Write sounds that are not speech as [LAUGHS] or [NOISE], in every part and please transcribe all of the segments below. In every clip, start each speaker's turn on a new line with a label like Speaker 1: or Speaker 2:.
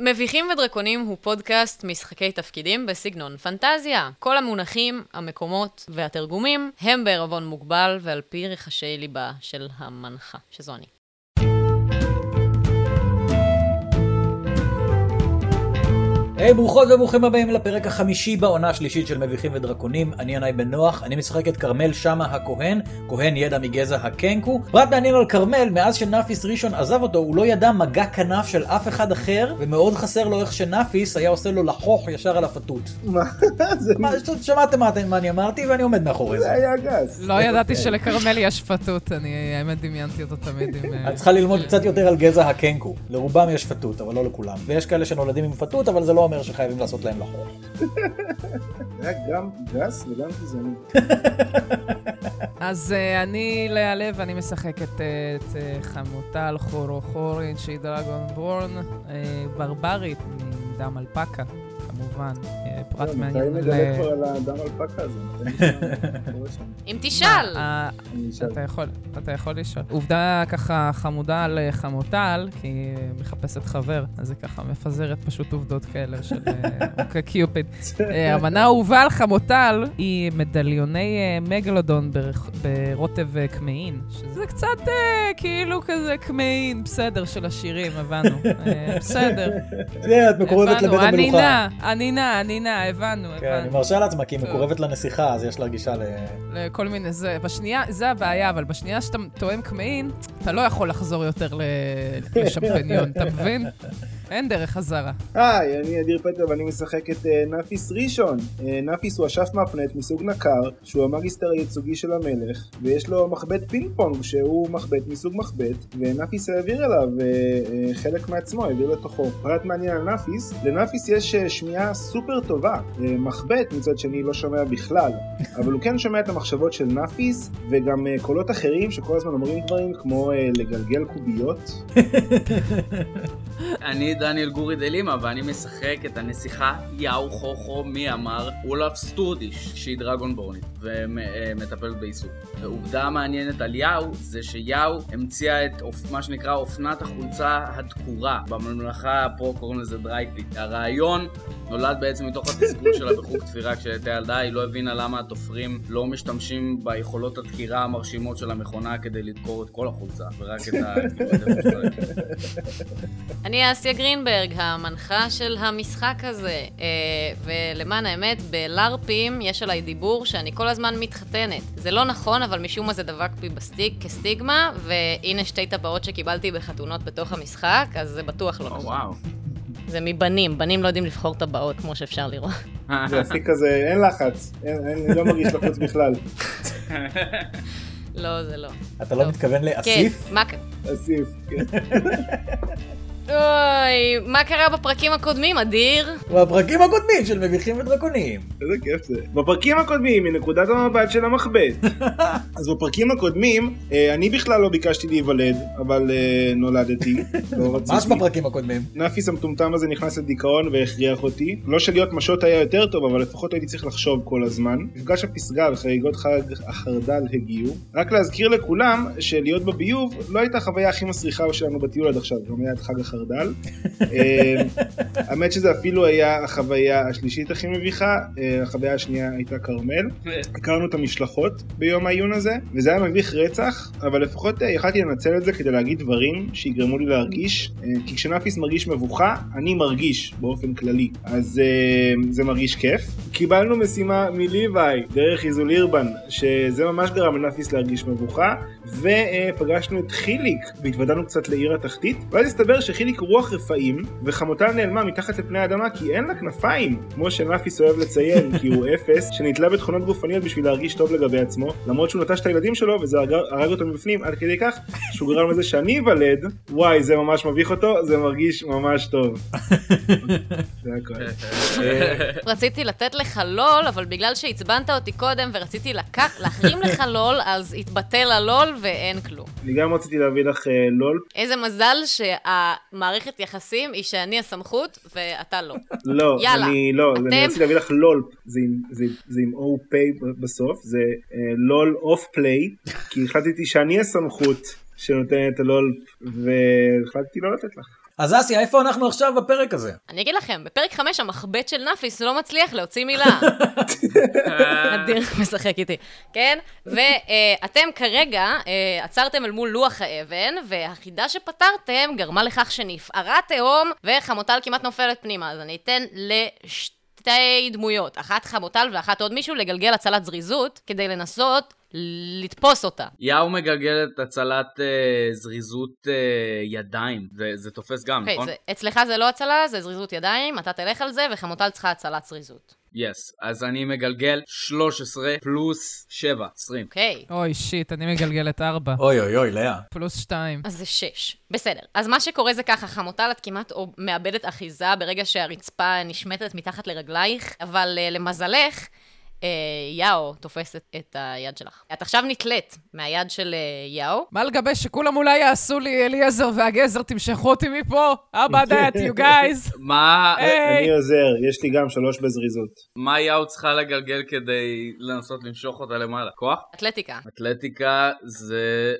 Speaker 1: מביכים ודרקונים הוא פודקאסט משחקי תפקידים בסגנון פנטזיה. כל המונחים, המקומות והתרגומים הם בעירבון מוגבל ועל פי רחשי ליבה של המנחה, שזו אני.
Speaker 2: היי, hey, ברוכות וברוכים הבאים לפרק החמישי בעונה השלישית של מביכים ודרקונים. אני ינאי בן נוח, אני משחק את כרמל שאמה הכהן, כהן ידע מגזע הקנקו. פרט מעניין על כרמל, מאז שנאפיס ראשון עזב אותו, הוא לא ידע מגע כנף של אף אחד אחר, ומאוד חסר לו איך שנאפיס היה עושה לו לחוך ישר על הפתות.
Speaker 3: מה? [LAUGHS] זה
Speaker 2: מה, ש- שמעתם מה אתם- מה אני אמרתי, ואני עומד מאחורי
Speaker 3: זה
Speaker 2: זה.
Speaker 3: היה גס.
Speaker 4: לא ידעתי שלכרמל יש פתות, אני האמת דמיינתי אותו תמיד עם... אה,
Speaker 2: את צריכה ללמוד קצת יותר על גזע הקנקו. לרובם יש פתות, אבל לא לכולם. ויש כאלה שנולדים עם פתות, אבל זה לא אומר שחייבים לעשות להם לחוך.
Speaker 3: זה היה גם גס וגם גזעני.
Speaker 4: אז אה, אני לאה לב, אני משחקת אה, את אה, חמוטל חורו חורין, שהיא דרגונבורן, אה, ברברית, עם דם אלפקה, כמובן. אה, פרט
Speaker 3: לא, מתי
Speaker 4: מעניין.
Speaker 3: כן, נגלה
Speaker 4: ל- אה,
Speaker 3: כבר על האדם אלפקה הזה? מתי נשמע מה קורה שם?
Speaker 1: [LAUGHS] אם תשאל!
Speaker 4: אה,
Speaker 3: אני אשאל.
Speaker 4: אתה יכול, אתה יכול לשאול. עובדה ככה חמודה על אה, חמוטל, כי היא אה, מחפשת חבר, אז היא ככה מפזרת פשוט עובדות כאלה של אה,
Speaker 3: [LAUGHS]
Speaker 4: אוקיי, קיופיד. המנה אה, האהובה על חמוטל היא מדליוני אה, מגלודון ברח- ברוטב אה, קמעין, שזה קצת אה, כאילו כזה קמעין, בסדר, של השירים, הבנו. אה, בסדר,
Speaker 2: זה, את מקורבת לבית
Speaker 4: הבנו,
Speaker 2: המלוכה.
Speaker 4: הנינה, הנינה, הנינה, הבנו,
Speaker 2: כן, היא
Speaker 4: הבנו.
Speaker 2: מרשה לעצמה, כי היא
Speaker 4: טוב.
Speaker 2: מקורבת לנסיכה, אז יש לה גישה ל...
Speaker 4: לכל מיני זה. בשנייה, זה הבעיה, אבל בשנייה שאתה תואם קמעין, אתה לא יכול לחזור יותר ל- לשמפניון, אתה מבין? אין דרך חזרה.
Speaker 3: היי, אני אדיר פטר ואני משחק את אה, נאפיס ראשון. אה, נאפיס הוא אשף מהפנט מסוג נקר, שהוא המגיסטר הייצוגי של המלך, ויש לו מחבט פינג פונג שהוא מחבט מסוג מחבט, ונאפיס העביר אליו אה, אה, חלק מעצמו, העביר לתוכו. פרט מעניין על נאפיס, לנאפיס יש אה, שמיעה סופר טובה. אה, מחבט מצד שני לא שומע בכלל, אבל הוא כן שומע את המחשבות של נאפיס, וגם אה, קולות אחרים שכל הזמן אומרים דברים כמו אה, לגלגל קוביות,
Speaker 5: אני דניאל גורי דלימה, ואני משחק את הנסיכה יאו חוכו מי אמר אולף סטורדיש, שהיא דרגונבורנית, ומטפלת בעיסוק. ועובדה מעניינת על יאו, זה שיאו המציאה את אופ- מה שנקרא אופנת החולצה הדקורה. בממלכה פה קוראים לזה דרייפיט. הרעיון נולד בעצם מתוך התסכול שלה בחוג תפירה כשהייתה ילדה, היא לא הבינה למה התופרים לא משתמשים ביכולות הדקירה המרשימות של המכונה כדי לדקור את כל החולצה, ורק את ה...
Speaker 1: אני אסיה גרינברג, המנחה של המשחק הזה. אה, ולמען האמת, בלארפים יש עליי דיבור שאני כל הזמן מתחתנת. זה לא נכון, אבל משום מה זה דבק בי בסטיג, כסטיגמה, והנה שתי טבעות שקיבלתי בחתונות בתוך המשחק, אז זה בטוח לא
Speaker 5: או,
Speaker 1: נכון.
Speaker 5: וואו.
Speaker 1: זה מבנים, בנים לא יודעים לבחור טבעות, כמו שאפשר לראות.
Speaker 3: זה הכי כזה, אין לחץ, אין, אין, אני לא מרגיש לחוץ בכלל.
Speaker 1: [LAUGHS] לא, זה לא.
Speaker 2: אתה לא
Speaker 1: טוב.
Speaker 2: מתכוון
Speaker 1: כן,
Speaker 2: לאסיף?
Speaker 1: מה... ק-
Speaker 3: אסיף, כן.
Speaker 1: אוי, מה קרה בפרקים הקודמים, [LAUGHS] אדיר?
Speaker 2: בפרקים הקודמים של מביכים ודרקוניים.
Speaker 3: איזה כיף זה. בפרקים הקודמים, מנקודת המבט של המחבט. אז בפרקים הקודמים, אה, אני בכלל לא ביקשתי להיוולד, אבל אה, נולדתי. לא
Speaker 2: ממש
Speaker 3: רציתי.
Speaker 2: בפרקים הקודמים.
Speaker 3: נאפיס המטומטם הזה נכנס לדיכאון והכריח אותי. לא שלהיות משות היה יותר טוב, אבל לפחות הייתי צריך לחשוב כל הזמן. מפגש הפסגה וחגיגות חג החרדל הגיעו. רק להזכיר לכולם שלהיות בביוב לא הייתה החוויה הכי מסריחה שלנו בטיול עד עכשיו, גם היה את חג החרדל. אה, האמת שזה אפילו היה החוויה השלישית הכי מביכה, אה, החוויה השנייה הייתה כרמל. הכרנו את המשלחות ביום העיון הזה, וזה היה מביך רצח, אבל לפחות אה, יכלתי לנצל את זה כדי להגיד דברים שיגרמו לי להרגיש, אה, כי כשנאפיס מרגיש מבוכה, אני מרגיש באופן כללי, אז אה, זה מרגיש כיף. קיבלנו משימה מליוואי, דרך איזול אירבן, שזה ממש גרם לנאפיס להרגיש מבוכה, ופגשנו את חיליק, והתוודענו קצת לעיר התחתית, ואז הסתבר שחיליק הוא רוח רפאים, וחמותה נעלמה מתחת לפני האדמה כי אין לה כנפיים, כמו שנאפיס אוהב לציין, כי הוא אפס, שנתלה בתכונות גופניות בשביל להרגיש טוב לגבי עצמו, למרות שהוא נטש את הילדים שלו וזה הרג- הרג אותו מבפנים, עד כדי כך שהוא גרם לזה שאני איוולד, וואי, זה ממש מביך אותו, זה מרגיש ממש טוב. זה הכל.
Speaker 1: רציתי לתת לך לול, אבל בגלל שעצבנת אותי קודם ורציתי לקח, להחרים [LAUGHS] לך לול, אז התבטל הלול ואין כלום.
Speaker 3: אני גם רציתי להביא לך אה, לול.
Speaker 1: איזה מזל שהמערכת יחסים היא שאני הסמכות ואתה [LAUGHS] לא.
Speaker 3: לא,
Speaker 1: יאללה.
Speaker 3: אני לא,
Speaker 1: אתם-
Speaker 3: אני רציתי להביא לך לול, זה עם- זה- זה עם או פיי בסוף, זה אה, לול אוף פליי, כי החלטתי שאני הסמכות שנותנת את הלול, והחלטתי לא לתת לך.
Speaker 2: אז אסי, איפה אנחנו עכשיו בפרק הזה?
Speaker 1: אני אגיד לכם, בפרק 5 המחבט של נאפיס לא מצליח להוציא מילה. [LAUGHS]
Speaker 5: אה,
Speaker 1: אדיר [LAUGHS] משחק איתי, כן? ואתם כרגע אה, עצרתם אל מול לוח האבן, והחידה שפתרתם גרמה לכך שנפערה תהום, וחמוטל כמעט נופלת פנימה. אז אני אתן לשתי דמויות, אחת חמוטל ואחת עוד מישהו, לגלגל הצלת זריזות, כדי לנסות לתפוס אותה.
Speaker 5: יאו מגלגל את הצלת אה, זריזות אה, ידיים, זה, זה תופס גם,
Speaker 1: אוקיי,
Speaker 5: נכון?
Speaker 1: זה- אצלך זה לא הצלה, זה זריזות ידיים, אתה תלך על זה, וחמוטל צריכה הצלת זריזות.
Speaker 5: יס, אז אני מגלגל 13 פלוס 7, 20.
Speaker 1: אוקיי.
Speaker 4: אוי, שיט, אני מגלגלת ארבע.
Speaker 2: אוי אוי אוי, לאה.
Speaker 4: פלוס שתיים.
Speaker 1: אז זה שש. בסדר. אז מה שקורה זה ככה, חמוטל, את כמעט או- מאבדת אחיזה ברגע שהרצפה נשמטת מתחת לרגלייך, אבל uh, למזלך, uh, יאו תופסת את היד שלך. את עכשיו נתלית מהיד של uh, יאו.
Speaker 4: מה לגבי שכולם אולי יעשו לי אליעזר והגזר, תמשכו אותי מפה? How
Speaker 5: [LAUGHS]
Speaker 4: about that, you guys?
Speaker 1: אוקיי.
Speaker 5: מה,
Speaker 1: אה.
Speaker 4: היי!
Speaker 3: אני עוזר, יש לי גם שלוש בזריזות.
Speaker 5: מה יאו צריכה לגלגל כדי לנסות למשוך אותה למעלה? כוח?
Speaker 1: אתלטיקה.
Speaker 5: אתלטיקה זה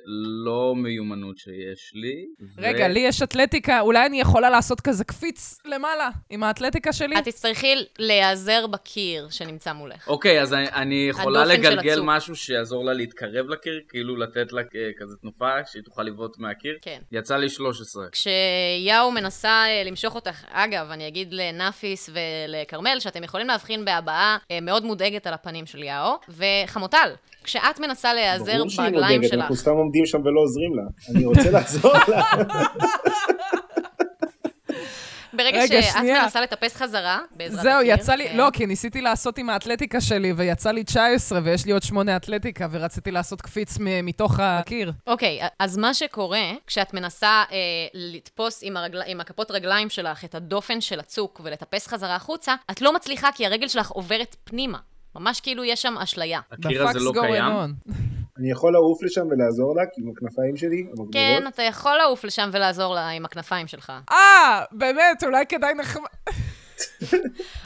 Speaker 5: לא מיומנות שיש לי. ו-
Speaker 4: רגע, לי יש אתלטיקה, אולי אני יכולה לעשות כזה קפיץ למעלה עם האתלטיקה
Speaker 3: כן.
Speaker 4: שלי?
Speaker 1: את תצטרכי להיעזר בקיר שנמצא מולך.
Speaker 5: אוקיי, אז אני, אני יכולה
Speaker 1: הדופן של
Speaker 5: לגלגל
Speaker 1: הצוק.
Speaker 5: משהו שיעזור לה להתקרב לקיר, כאילו לתת לה אה, כזה תנופה שהיא תוכל לבעוט מהקיר.
Speaker 1: כן.
Speaker 5: יצא לי 13.
Speaker 1: כשיאו מנסה אה, למשוך אותך, אגב, אני אגיד לנאפיס ולכרמל שאתם יכולים להבחין בהבעה אה, מאוד מודאגת על הפנים של יאו, וחמוטל, כשאת מנסה להיעזר
Speaker 3: ברור שהיא
Speaker 1: ברגליים
Speaker 3: מודאגת,
Speaker 1: שלך,
Speaker 3: אנחנו סתם עומדים שם ולא עוזרים לה. אני רוצה לעזור לה.
Speaker 1: ברגע
Speaker 4: רגע,
Speaker 1: שאת
Speaker 4: שנייה.
Speaker 1: מנסה לטפס חזרה, בעזרת
Speaker 4: זהו,
Speaker 1: הקיר,
Speaker 4: יצא
Speaker 1: כן.
Speaker 4: לי, לא, כי ניסיתי לעשות עם האתלטיקה שלי, ויצא לי 19, ויש לי עוד 8 אתלטיקה, ורציתי לעשות קפיץ מ- מתוך הקיר.
Speaker 1: אוקיי, אז מה שקורה, כשאת מנסה אה, לתפוס עם, הרגל... עם הכפות רגליים שלך את הדופן של הצוק ולטפס חזרה החוצה, את לא מצליחה כי הרגל שלך עוברת פנימה. ממש כאילו יש שם אשליה.
Speaker 5: הקיר הזה
Speaker 4: The fuck's
Speaker 5: לא
Speaker 4: going
Speaker 5: קיים.
Speaker 4: on?
Speaker 3: אני יכול לעוף לשם ולעזור לה, כי עם הכנפיים שלי, המגבירות.
Speaker 1: כן, אתה יכול לעוף לשם ולעזור לה עם הכנפיים שלך.
Speaker 4: אה, באמת, אולי כדאי נחמד...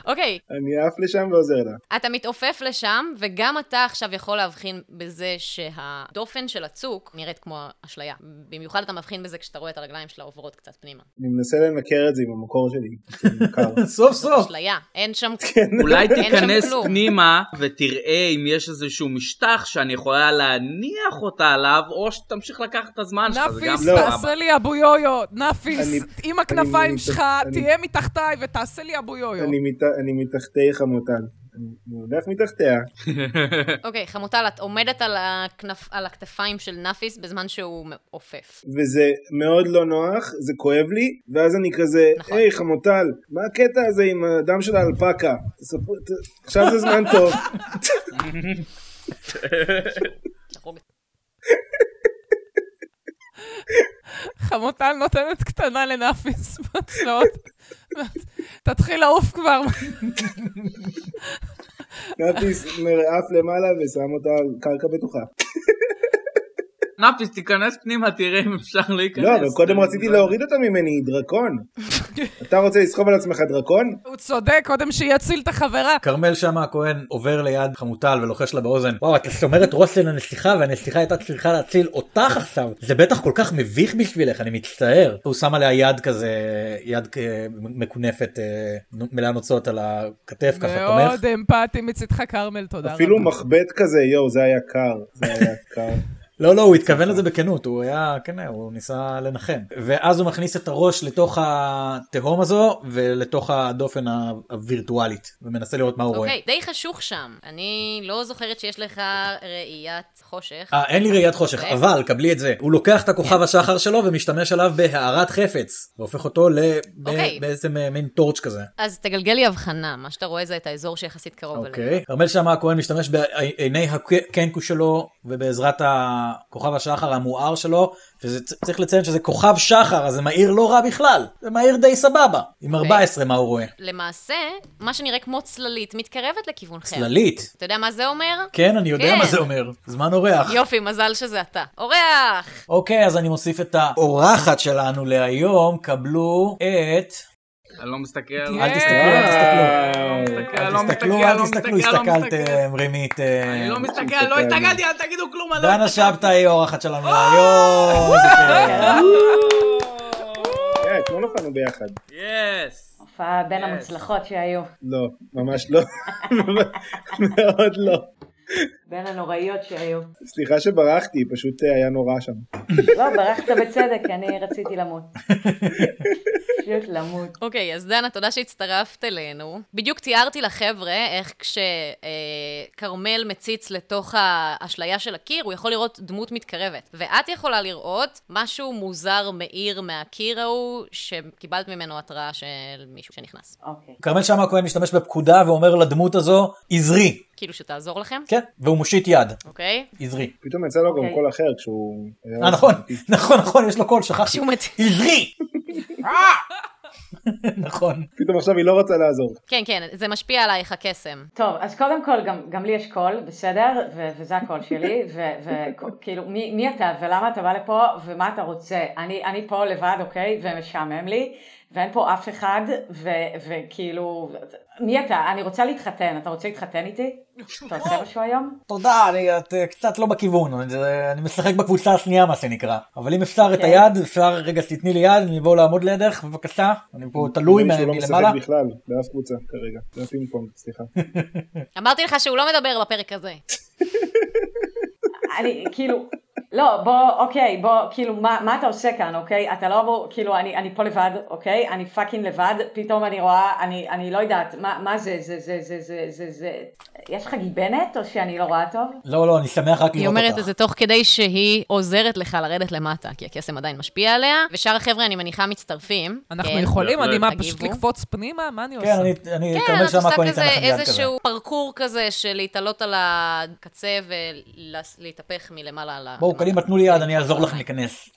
Speaker 1: אוקיי,
Speaker 3: אני עף לשם ועוזר לה.
Speaker 1: אתה מתעופף לשם, וגם אתה עכשיו יכול להבחין בזה שהדופן של הצוק נראית כמו אשליה. במיוחד אתה מבחין בזה כשאתה רואה את הרגליים שלה עוברות קצת פנימה.
Speaker 3: אני מנסה לנקר את זה עם המקור שלי. כי זה
Speaker 1: [LAUGHS]
Speaker 3: מוכר.
Speaker 2: סוף סוף.
Speaker 1: אשליה, אין שם...
Speaker 5: אולי
Speaker 1: [LAUGHS] אין שם
Speaker 5: תיכנס
Speaker 1: כלום.
Speaker 5: פנימה ותראה אם יש איזשהו משטח שאני יכולה להניח אותה עליו, או שתמשיך לקחת את הזמן שלך, זה גם לא
Speaker 4: נאפיס,
Speaker 5: סבבה.
Speaker 4: תעשה לי אבו יויו, נאפיס,
Speaker 3: אני-
Speaker 4: עם הכנפיים
Speaker 3: אני-
Speaker 4: שלך,
Speaker 3: אני-
Speaker 4: תהיה מתחתיי ותעשה לי אבו יויו.
Speaker 3: אני מת- אני מתחתי חמוטל. אני אני הולך מתחתיה.
Speaker 1: אוקיי, חמוטל, את עומדת על, הכנף, על הכתפיים של נאפיס בזמן שהוא עופף.
Speaker 3: וזה מאוד לא נוח, זה כואב לי, ואז אני כזה,
Speaker 1: נכון.
Speaker 3: היי חמוטל, מה הקטע הזה עם הדם של האלפקה? תספרו- ת- עכשיו זה זמן טוב.
Speaker 4: חמוטל נותנת קטנה לנאפיס [LAUGHS] בצלעות. תתחיל לעוף כבר.
Speaker 3: נפיס עף למעלה ושם אותה על קרקע בטוחה.
Speaker 5: נאפיס, תיכנס פנימה, תראה אם אפשר להיכנס.
Speaker 3: לא, אבל
Speaker 5: אה,
Speaker 3: קודם רציתי להוריד אותה ממני, היא דרקון. אתה רוצה לסחוב על עצמך דרקון?
Speaker 4: הוא צודק, קודם שיציל את החברה.
Speaker 2: כרמל שאמה הכהן עובר ליד חמוטל ולוחש לה באוזן וואו את שומרת ראש לנסיכה והנסיכה הייתה צריכה להציל אותך עכשיו זה בטח כל כך מביך בשבילך אני מצטער. הוא שם עליה יד כזה יד אה, מקונפת אה, נו- מלאה נוצות על הכתף ככה תומך.
Speaker 4: מאוד אמפתי מצדך, כרמל, תודה רבה.
Speaker 3: אפילו מחבט כזה, יואו, זה היה קר. זה היה קר.
Speaker 2: לא לא הוא התכוון לזה בכנות הוא היה כן הוא ניסה לנחם ואז הוא מכניס את הראש לתוך התהום הזו ולתוך הדופן ה- הווירטואלית ומנסה לראות מה הוא רואה.
Speaker 1: אוקיי, די חשוך שם. אני לא זוכרת שיש לך ראיית חושך.
Speaker 2: אה, אין לי ראיית חושך,
Speaker 1: אוקיי.
Speaker 2: אבל קבלי את זה. הוא לוקח את הכוכב השחר שלו ומשתמש עליו בהארת חפץ, והופך אותו ל... ב-
Speaker 1: אוקיי.
Speaker 2: בעצם אה, מין טורץ' כזה.
Speaker 1: אז תגלגל לי הבחנה, מה שאתה רואה זה את האזור שיחסית קרוב אליך.
Speaker 2: אוקיי. כרמל שאמה הכהן משתמש בעיני הקנקו שלו, ובעזרת הכוכב השחר המואר שלו, וצריך לציין שזה כוכב שחר, אז זה מאיר לא רע בכלל. זה מאיר די סבבה. עם 14 מה הוא
Speaker 1: כן.
Speaker 2: רואה.
Speaker 1: למעשה, מה שנראה כמו צללית מתקרבת לכיוונכם.
Speaker 2: צללית.
Speaker 1: אתה יודע מה זה אומר?
Speaker 2: כן, אני יודע
Speaker 1: כן.
Speaker 2: מה זה אומר. זמן אורח.
Speaker 1: יופי, מזל שזה אתה. אורח!
Speaker 2: אוקיי, אז אני מוסיף את האורחת שלנו להיום. קבלו את...
Speaker 5: אני לא מסתכל.
Speaker 2: אל
Speaker 4: אה,
Speaker 2: תסתכלו, אל תסתכלו.
Speaker 5: מסתכל,
Speaker 2: אל
Speaker 5: לא
Speaker 2: תסתכלו,
Speaker 5: מסתכל,
Speaker 2: אל
Speaker 5: לא
Speaker 2: תסתכלו,
Speaker 5: מסתכל, לא
Speaker 2: הסתכלתם, רימית. אה,
Speaker 5: אני לא מסתכל,
Speaker 3: מסתכל.
Speaker 5: לא הסתכלתי, אל תגידו כלום, אני לא
Speaker 2: דנה
Speaker 4: [LAUGHS]
Speaker 5: הסתכלתי.
Speaker 2: שבתאי, אורחת שלנו להיום. איזה כיף.
Speaker 3: כן, כמו לא נפלנו ביחד.
Speaker 5: יס!
Speaker 6: הופעה בין
Speaker 5: Yes.
Speaker 6: המוצלחות שהיו,
Speaker 3: לא, ממש לא. [LAUGHS] מאוד לא.
Speaker 6: בין הנוראיות שהיו.
Speaker 3: סליחה שברחתי, פשוט אה, היה נורא שם.
Speaker 6: לא, ברחת בצדק, אני רציתי למות. פשוט למות.
Speaker 1: אוקיי, אז דנה, תודה שהצטרפת אלינו. בדיוק תיארתי לחבר'ה איך כשכרמל מציץ לתוך האשליה של הקיר, הוא יכול לראות דמות מתקרבת. ואת יכולה לראות משהו מוזר מאיר מהקיר ההוא, שקיבלת ממנו התראה של מישהו שנכנס.
Speaker 6: אוקיי.
Speaker 2: כרמל שאמה הכהן משתמש בפקודה ואומר לדמות הזו, עזרי.
Speaker 1: כאילו שתעזור לכם,
Speaker 2: כן, והוא מושיט יד,
Speaker 1: אוקיי?
Speaker 2: עזרי.
Speaker 3: פתאום יצא לו גם
Speaker 6: אוקיי.
Speaker 3: קול אחר כשהוא...
Speaker 2: אה, נכון, נכון, נכון, יש לו קול, שכחתי.
Speaker 1: כשהוא מת...
Speaker 2: עזרי! [LAUGHS] אה! נכון.
Speaker 3: פתאום עכשיו היא לא רוצה לעזור.
Speaker 1: כן, כן, זה משפיע עלייך הקסם.
Speaker 6: טוב, אז קודם כל, גם, גם לי יש קול, בסדר? ו- וזה הקול שלי, וכאילו, מי, מי אתה, ולמה אתה בא לפה, ומה אתה רוצה? אני, אני פה לבד, אוקיי? ומשעמם לי, ואין פה אף אחד, ו- וכאילו, מי אתה? אני רוצה להתחתן, אתה רוצה להתחתן איתי? אתה עושה משהו היום?
Speaker 2: תודה, אני את אה, קצת לא בכיוון, זה- אני משחק בקבוצה השנייה מה שנקרא. אבל אם אפשר את
Speaker 6: כן.
Speaker 2: היד, אפשר רגע שתתני לי יד, אני אבוא לעמוד לידך, בבקשה. אני פה תלוי
Speaker 3: נראה לי שהוא
Speaker 2: מ-
Speaker 3: לא
Speaker 2: מלמעלה.
Speaker 3: משחק בכלל, באף קבוצה כרגע. זה הפינג פונג,
Speaker 2: [LAUGHS]
Speaker 3: סליחה.
Speaker 1: אמרתי לך שהוא לא מדבר בפרק הזה.
Speaker 6: אני, כאילו... לא, בוא, אוקיי, בוא, כאילו, מה, מה אתה עושה כאן, אוקיי? אתה לא אמור, כאילו, אני, אני פה לבד, אוקיי? אני פאקינג לבד, פתאום אני רואה, אני, אני לא יודעת, מה, מה זה, זה, זה, זה, זה, זה, זה, יש לך גיבנת, או שאני לא רואה טוב?
Speaker 2: לא, לא, אני שמח רק
Speaker 1: היא
Speaker 2: לראות
Speaker 1: אומרת את
Speaker 2: אותך.
Speaker 1: זה תוך כדי שהיא עוזרת לך לרדת למטה, כי הקסם עדיין משפיע עליה, ושאר החבר'ה, אני מניחה, מצטרפים.
Speaker 4: אנחנו
Speaker 1: כן.
Speaker 4: יכולים, אני מה,
Speaker 1: תגיבו.
Speaker 4: פשוט לקפוץ פנימה? מה אני עושה?
Speaker 2: כן, אני- לא, אני
Speaker 1: כן,
Speaker 2: כרמל
Speaker 1: את
Speaker 2: שאמה
Speaker 1: עושה
Speaker 2: הכהן
Speaker 1: כזה
Speaker 2: אתן לכם יד כזה.
Speaker 1: איזשהו פרקור כזה של להתעלות על הקצה ולהתהפך מלמעלה ל...
Speaker 2: בואו,
Speaker 1: למטה.
Speaker 2: קדימה, תנו לי יד, אני אעזור
Speaker 1: אה.
Speaker 2: לכם להיכנס.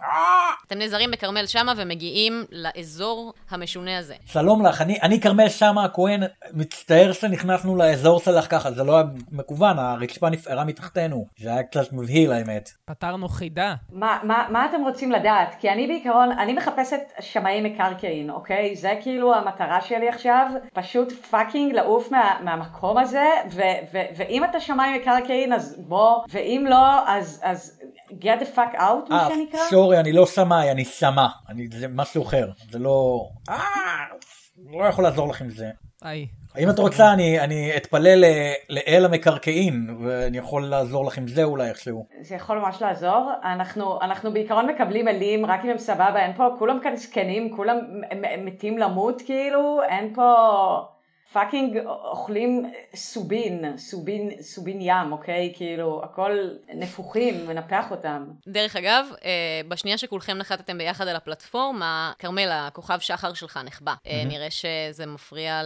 Speaker 1: אתם נעזרים בכרמל שמה ומגיעים לאזור המשונה הזה.
Speaker 2: שלום לך, אני- אני כרמל שאמה הכהן, מצטער שנכנסנו לאזור שלך ככה, זה לא היה מכוון, הרצפה נפערה מתחתנו. זה היה קצת מבהיל האמת.
Speaker 4: פתרנו חידה.
Speaker 6: מה, מה, מה אתם רוצים לדעת? כי אני בעיקרון, אני מחפשת שמאי מקרקעין, אוקיי? זה כאילו המטרה שלי עכשיו, פשוט פאקינג לעוף מה, מהמקום הזה, ו, ו, ואם אתה שמאי מקרקעין אז בוא, ואם לא, אז, אז get the fuck out, מה
Speaker 2: אה,
Speaker 6: שנקרא.
Speaker 2: סורי, אני לא שמאי, אני סמה. אני, זה משהו אחר. זה לא... אה, לא יכול לעזור לך עם זה.
Speaker 4: היי.
Speaker 2: אם את רוצה, אני, אני אתפלל ל- לאל המקרקעין, ואני יכול לעזור לך עם זה אולי איכשהו.
Speaker 6: זה יכול ממש לעזור. אנחנו, אנחנו בעיקרון מקבלים אלים, רק אם הם סבבה, אין פה, כולם כאן זקנים, כולם מ- מ- מתים למות, כאילו, אין פה... פאקינג אוכלים סובין, סובין, סובין ים, אוקיי? כאילו, הכל נפוחים, מנפח אותם.
Speaker 1: דרך אגב, אה, בשנייה שכולכם נחתתם ביחד על הפלטפורמה, כרמל, הכוכב שחר שלך נחבא. אה, נראה שזה מפריע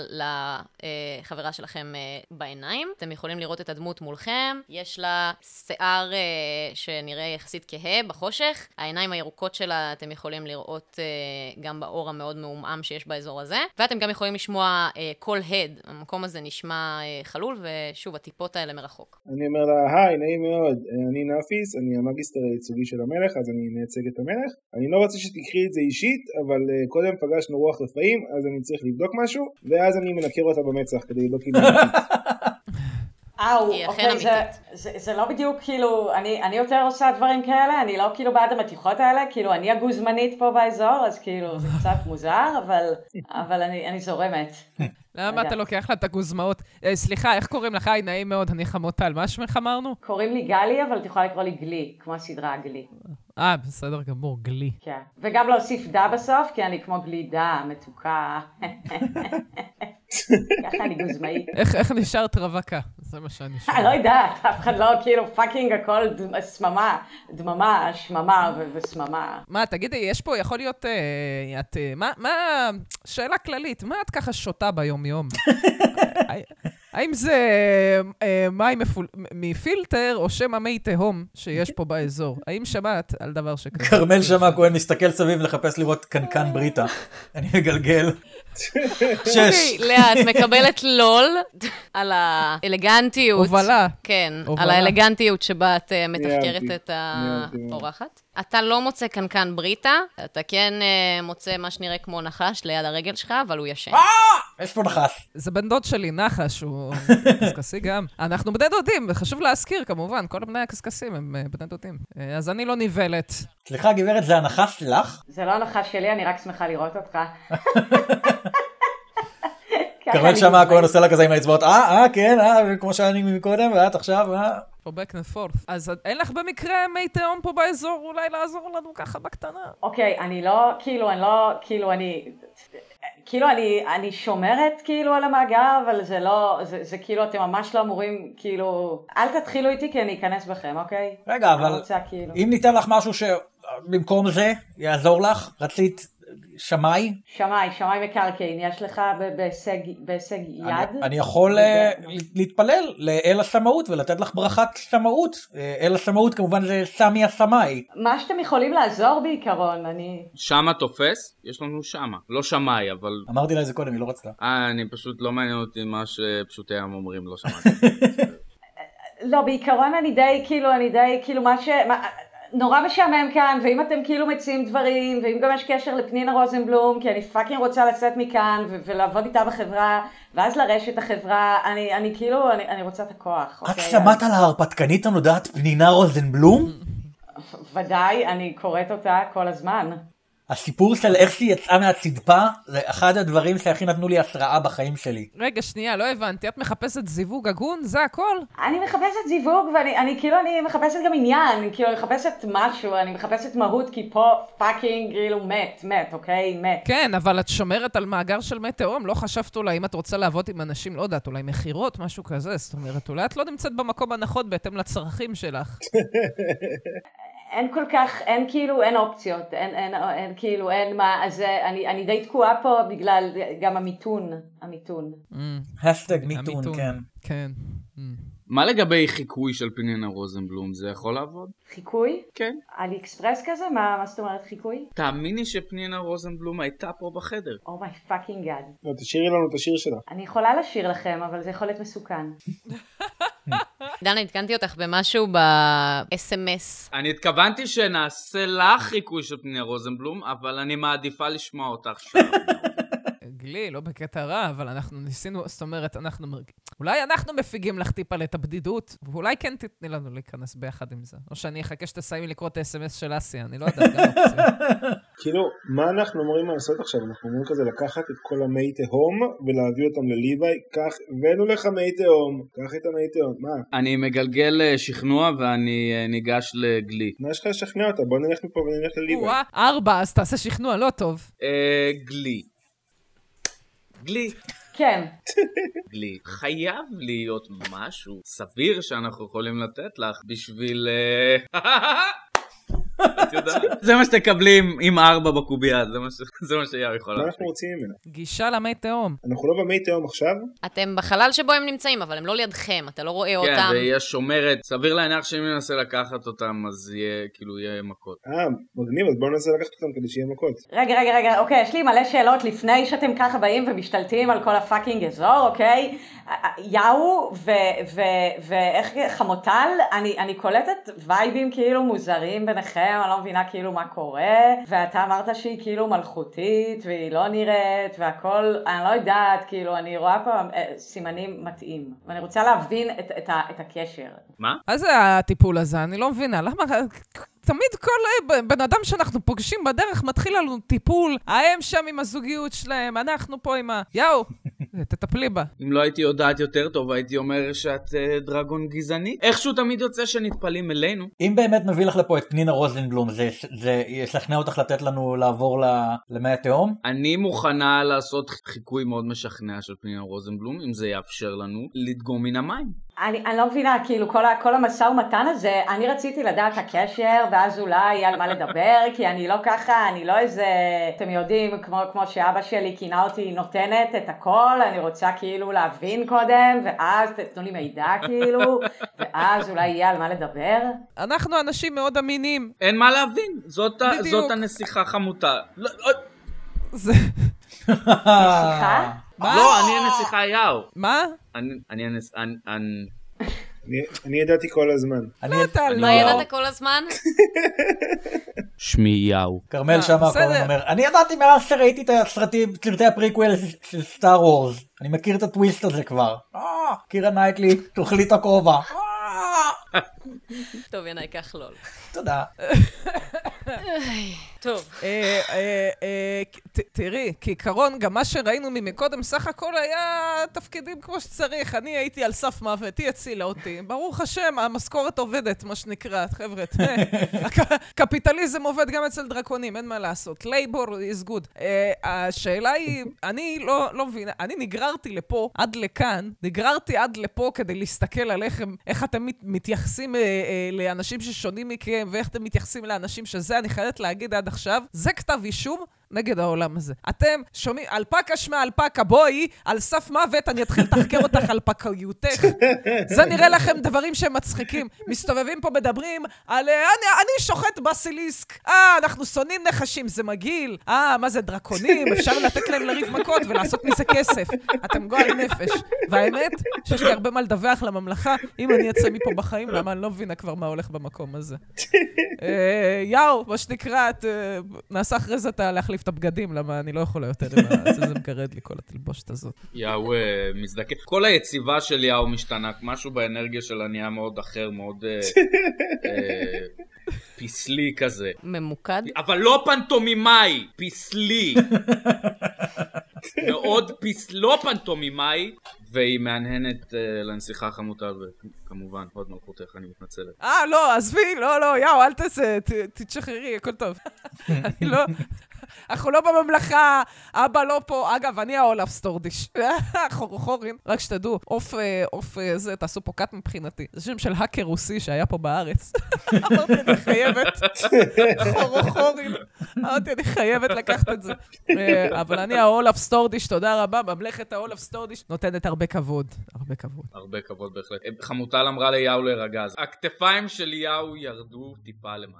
Speaker 1: לחברה שלכם אה, בעיניים. אתם יכולים לראות את הדמות מולכם. יש לה שיער אה, שנראה יחסית כהה בחושך. העיניים הירוקות שלה אתם יכולים לראות אה, גם באור המאוד מעומעם שיש באזור הזה. ואתם גם יכולים לשמוע אה, קול הד. המקום הזה נשמע אה, חלול, ושוב, הטיפות האלה מרחוק.
Speaker 3: אני אומר לה, היי, נעים מאוד, אני נאפיס, אני המגיסטר הייצוגי של המלך, אז אני מייצג את המלך. אני לא רוצה שתקחי את זה אישית, אבל אה, קודם פגשנו רוח רפאים, אז אני צריך לבדוק משהו, ואז אני מנקר אותה במצח כדי לבדוק
Speaker 2: [LAUGHS]
Speaker 3: אם היא לא אמיתית.
Speaker 6: אהו,
Speaker 1: היא אכן
Speaker 6: אוקיי, זה, זה, זה לא בדיוק כאילו, אני, אני יותר עושה דברים כאלה, אני לא כאילו בעד המתיחות האלה, כאילו אני הגוזמנית פה באזור, אז כאילו זה קצת מוזר, אבל, אבל אני, אני זורמת.
Speaker 4: למה אתה לוקח לה את הגוזמאות? אה, סליחה, איך קוראים לך? היי, נעים מאוד, אני חמוטל. מה שמך אמרנו?
Speaker 6: קוראים לי גלי, אבל את יכולה לקרוא לי גלי, כמו הסדרה גלי.
Speaker 4: אה, בסדר גמור, גלי.
Speaker 6: כן. וגם להוסיף דה בסוף, כי אני כמו גלידה, מתוקה. ככה אני גוזמאית.
Speaker 4: איך, איך נשארת רווקה? זה מה שאני שואל.
Speaker 1: [LAUGHS]
Speaker 6: אני לא יודעת, אף אחד לא, כאילו פאקינג הכל ד- סממה, דממה, שממה ו- וסממה.
Speaker 4: מה, תגידי, יש פה, יכול להיות, אה, את, אה, מה, מה, שאלה כללית, מה את ככה שותה ביום-יום? אה, האם זה אה, מים מפול- מפילטר או שמא מי תהום שיש פה באזור? האם שמעת על דבר שכזה?
Speaker 2: כרמל שאמה הכהן מסתכל סביב לחפש לראות קנקן בריטה. אני מגלגל.
Speaker 1: אוקיי,
Speaker 2: שש.
Speaker 1: לאה, את מקבלת לול על האלגנטיות.
Speaker 4: הובלה.
Speaker 1: כן, על
Speaker 4: הובלה.
Speaker 1: האלגנטיות שבה את אה, מתחקרת
Speaker 3: נהניתי,
Speaker 1: את
Speaker 3: נהניתי מאוד.
Speaker 1: האורחת. אתה לא מוצא קנקן בריטה, אתה כן אה, מוצא מה שנראה כמו נחש ליד הרגל שלך, אבל הוא ישן.
Speaker 2: יש פה נחש.
Speaker 4: זה בן דוד שלי, נחש, הוא קשקשי גם. אנחנו בני דודים, וחשוב להזכיר, כמובן, כל בני הקשקשים הם אה, בני דודים. אה, אז אני לא נבלת.
Speaker 2: סליחה, גברת, זה הנחש שלך?
Speaker 6: זה לא הנחה שלי, אני רק שמחה לראות אותך. ככה
Speaker 2: כרמל
Speaker 6: כן, אני
Speaker 2: שאמה הכהן
Speaker 6: מתביישת.
Speaker 2: עושה לה כזה עם האצבעות, אה, אה, כן, אה, כמו שאני מקודם, ואת עכשיו, אה.
Speaker 4: פה back and forth. אז את- אין לך במקרה מי תהום פה באזור אולי לעזור לנו ככה בקטנה?
Speaker 6: אוקיי, אני לא, כאילו, אני לא, כאילו, אני, כאילו, אני, אני שומרת, כאילו, על המאגר, אבל זה לא, זה, זה כאילו, אתם ממש לא אמורים, כאילו, אל תתחילו איתי כי אני אכנס בכם, אוקיי?
Speaker 2: רגע,
Speaker 6: אני
Speaker 2: אבל
Speaker 6: רוצה, כאילו,
Speaker 2: אם ניתן לך משהו שבמקום זה יעזור לך, רצית שמאי?
Speaker 6: שמאי, שמאי מקרקעין, יש לך ב- בהישג בהישג יד?
Speaker 2: אני, אני יכול אה, להתפלל לאל השמאות ולתת לך ברכת שמאות. אה, אל השמאות כמובן זה סמי השמאי.
Speaker 6: מה שאתם יכולים לעזור בעיקרון, אני...
Speaker 5: שמה תופס? יש לנו שמה. לא שמאי, אבל...
Speaker 2: אמרתי לה את זה קודם, היא לא רצתה.
Speaker 5: אה, אני פשוט לא מעניין אותי מה שפשוטי העם אומרים, לא שמעתי.
Speaker 6: לא, בעיקרון אני די, כאילו, אני די, כאילו, מה ש... מה... נורא משעמם כאן, ואם אתם כאילו מציעים דברים, ואם גם יש קשר לפנינה רוזנבלום, כי אני פאקינג רוצה לצאת מכאן, ו- ולעבוד איתה בחברה, ואז לרשת החברה, אני, אני כאילו, אני, אני רוצה את הכוח,
Speaker 2: את
Speaker 6: אוקיי?
Speaker 2: שמעת על ההרפתקנית הנודעת פנינה רוזנבלום?
Speaker 6: אז- ודאי, אני קוראת אותה כל הזמן.
Speaker 2: הסיפור של איך שהיא יצאה מהצדפה זה אחד הדברים שהכי נתנו לי השראה בחיים שלי.
Speaker 4: רגע, שנייה, לא הבנתי. את מחפשת זיווג הגון? זה הכל?
Speaker 6: אני מחפשת זיווג, ואני אני, כאילו, אני מחפשת גם עניין, אני כאילו, אני מחפשת משהו, אני מחפשת מהות, כי פה פאקינג, כאילו, מת, מת, אוקיי? מת.
Speaker 4: כן, אבל את שומרת על מאגר של מי תהום? לא חשבת אולי אם את רוצה לעבוד עם אנשים, לא יודעת, אולי מכירות, משהו כזה? זאת אומרת, אולי את לא נמצאת במקום הנכון בהתאם לצרכים שלך.
Speaker 6: אין כל כך, אין כאילו, אין אופציות, אין, אין, אין כאילו, אין מה, אז אה, אני, אני די תקועה פה בגלל אה, גם המיתון, המיתון.
Speaker 4: אמ,
Speaker 2: השטג מיתון,
Speaker 4: המיתון.
Speaker 2: כן.
Speaker 4: כן. אמ.
Speaker 5: מה לגבי חיקוי של פנינה רוזנבלום? זה יכול לעבוד?
Speaker 6: חיקוי?
Speaker 5: כן.
Speaker 6: על אקספרס כזה? מה, מה זאת אומרת חיקוי? Oh
Speaker 5: תאמיני שפנינה רוזנבלום הייתה פה בחדר.
Speaker 6: אומי פאקינג גאד.
Speaker 3: לא, תשאירי לנו את השיר שלך.
Speaker 6: אני יכולה לשיר לכם, אבל זה יכול להיות מסוכן.
Speaker 1: דנה, עדכנתי אותך במשהו ב-SMS.
Speaker 5: אני התכוונתי שנעשה לך חיקוי של פנינה רוזנבלום, אבל אני מעדיפה לשמוע אותך [LAUGHS] שם.
Speaker 4: גלי, לא בקטע רע, אבל אנחנו ניסינו, זאת אומרת, אנחנו... מרג- אולי אנחנו מפיגים לך טיפה את הבדידות, ואולי כן תתני לנו להיכנס ביחד עם זה. או שאני אחכה שתסיימי לקרוא את האס.אם.אס של אסיה, אני לא יודעת גם אופציה.
Speaker 3: כאילו, מה אנחנו אמורים לעשות עכשיו? אנחנו אמורים כזה לקחת את כל המי תהום ולהביא אותם לליוואי, קח, הבאנו לך מי תהום, קח את המי תהום, מה?
Speaker 5: אני מגלגל אה, שכנוע ואני אה, ניגש לגלי.
Speaker 3: מה יש לך לשכנע אותה? בוא נלך מפה ונלך לליוואי.
Speaker 4: וואה, ארבע, אז תעשה שכנוע, לא טוב.
Speaker 5: אה, גלי. גלי.
Speaker 6: כן,
Speaker 5: לי. חייב להיות משהו סביר שאנחנו יכולים לתת לך בשביל... אה, [LAUGHS] את יודעת? [LAUGHS] זה מה שתקבלים עם ארבע בקובייה, זה מה ש- [LAUGHS] זה מה שיאר יכול
Speaker 3: מה
Speaker 5: לעשות.
Speaker 3: אנחנו רוצים ממנה?
Speaker 4: גישה למי תהום.
Speaker 3: אנחנו לא במי תהום עכשיו?
Speaker 1: אתם בחלל שבו הם נמצאים, אבל הם לא לידכם, אתה לא רואה
Speaker 5: כן,
Speaker 1: אותם.
Speaker 5: והיא השומרת, סביר להניח שאם ננסה לקחת אותם אז יהיה, כאילו, יהיה מכות.
Speaker 3: אה, מגניב, אז בואו ננסה לקחת אותם כדי שיהיה מכות.
Speaker 6: רגע, רגע, רגע, אוקיי, יש לי מלא שאלות לפני שאתם ככה באים ומשתלטים על כל הפאקינג אזור, אוקיי? יאו ו- ו- ואיך חמוטל, אני, אני קולטת וייבים כאילו מוזרים ביניכם, אני לא מבינה כאילו מה קורה, ואתה אמרת שהיא כאילו מלכותית, והיא לא נראית, והכל, אני לא יודעת, כאילו, אני רואה פה אה, סימנים מתאים, ואני רוצה להבין את, את, ה- את הקשר.
Speaker 5: מה?
Speaker 4: מה זה הטיפול הזה? אני לא מבינה. למה... תמיד כל אה, ב- בן אדם שאנחנו פוגשים בדרך מתחיל לנו טיפול, ההם שם עם הזוגיות שלהם, אנחנו פה עם ה... יאו, תטפלי בה.
Speaker 5: אם לא הייתי יודעת יותר טוב, הייתי אומר שאת אה, דרגון גזעני. איכשהו תמיד יוצא שנטפלים אלינו.
Speaker 2: אם באמת מביא לך לפה את פנינה רוזנבלום, זה, זה ישכנע אותך לתת לנו לעבור ל- למי התהום?
Speaker 5: אני מוכנה לעשות חיקוי מאוד משכנע של פנינה רוזנבלום, אם זה יאפשר לנו לדגום מן המים.
Speaker 6: אני, אני לא מבינה, כאילו, כל, ה- כל המשא ומתן הזה, אני רציתי לדעת הקשר, ואז אולי יהיה על מה לדבר, [LAUGHS] כי אני לא ככה, אני לא איזה, אתם יודעים, כמו, כמו שאבא שלי כינה אותי, נותנת את הכל, אני רוצה כאילו להבין קודם, ואז תתנו לי מידע, כאילו, ואז אולי יהיה על מה לדבר.
Speaker 4: אנחנו אנשים מאוד אמינים.
Speaker 5: אין מה להבין, זאת, ה-
Speaker 4: בדיוק.
Speaker 5: זאת הנסיכה חמותה. לא, לא,
Speaker 4: זה...
Speaker 6: סליחה?
Speaker 4: מה?
Speaker 2: אה.
Speaker 5: לא, אני הנסיכה יאו.
Speaker 4: מה?
Speaker 5: אני, אני, הנס, אני, אני,
Speaker 3: אני- אני ידעתי כל הזמן.
Speaker 2: אני...
Speaker 4: אתה
Speaker 5: אני
Speaker 4: לא...
Speaker 1: מה ידעת כל הזמן? [LAUGHS]
Speaker 5: שמי יאו.
Speaker 2: כרמל
Speaker 4: אה,
Speaker 2: שאמה
Speaker 4: בסדר.
Speaker 2: הכהן אומר, אני ידעתי מאז שראיתי את הסרטים, את סרטי הפריקוול של סטאר וורס. אני מכיר את הטוויסט הזה כבר. אה, קירה נייטלי, תאכלי את הכובע. אה,
Speaker 1: טוב, ינאי, קח לול.
Speaker 2: תודה.
Speaker 1: טוב,
Speaker 4: אה, אה, אה, ת- תראי, כעיקרון, גם מה שראינו ממקודם, סך הכל היה תפקידים כמו שצריך. אני הייתי על סף מוות, היא הצילה אותי. ברוך השם, המשכורת עובדת, מה שנקרא, חבר'ה. תראה, [LAUGHS] הק- הקפיטליזם עובד גם אצל דרקונים, אין מה לעשות. labor is good. אה, השאלה היא, אני לא, לא מבינה, אני נגררתי לפה, עד לכאן, נגררתי עד לפה כדי להסתכל עליכם, איך אתם מת- מתייחסים אה, אה, לאנשים ששונים מכם, ואיך אתם מתייחסים לאנשים שזה, אני חייבת להגיד עד עכשיו, זה כתב אישום. נגד העולם הזה. אתם שומעים, אלפקה שמה אלפקה, בואי, על סף מוות אני אתחיל לתחקר אותך על פקאיותך. זה נראה לכם דברים שהם מצחיקים. מסתובבים פה, מדברים על אה, אני, אני שוחט בסיליסק, אה, אנחנו שונאים נחשים, זה מגעיל, אה, מה זה דרקונים, אפשר לתת להם לריב מכות ולעשות מזה כסף. אתם גועל נפש. והאמת, שיש לי הרבה מה לדווח לממלכה, אם אני אצא מפה בחיים, למה אני לא מבינה כבר מה הולך במקום הזה. אה, יאו, מה שנקרא, את, אה, נעשה אחרי זה אתה להחליף את הבגדים, למה אני לא יכולה יותר, עם ה- זה זה מגרד לי כל התלבושת הזאת.
Speaker 5: יאו אה, מזדקן. כל היציבה של יאו משתנה, משהו באנרגיה שלה נהיה מאוד אחר, מאוד אה, אה, פסלי כזה.
Speaker 1: ממוקד?
Speaker 5: אבל לא פנטומימאי, פסלי. מאוד פס... לא פנטומימאי, והיא מהנהנת אה, לנסיכה החמותה, וכמובן, עוד מלכותך, אני מתנצלת.
Speaker 4: אה, לא, עזבי, לא, לא, יאו, אל תעשה, ת- תתשחררי, הכל טוב. [LAUGHS] אני לא... אנחנו לא בממלכה, אבא לא פה. אגב, אני האולף סטורדיש. [LAUGHS] חור- חורים, רק שתדעו, עוף, אה, עוף אה, זה, תעשו פה קאט מבחינתי. זה שם של האקר רוסי שהיה פה בארץ. [LAUGHS] אמרתי, אני חייבת. חורחורים. אמרתי, אני חייבת לקחת את זה. אה, אבל אני האולף סטורדיש, תודה רבה. ממלכת האולף סטורדיש נותנת הרבה כבוד. הרבה כבוד.
Speaker 5: הרבה כבוד בהחלט. אה, חמוטל אמרה ליאו להירגע, אז הכתפיים של יאו ירדו טיפה למטה.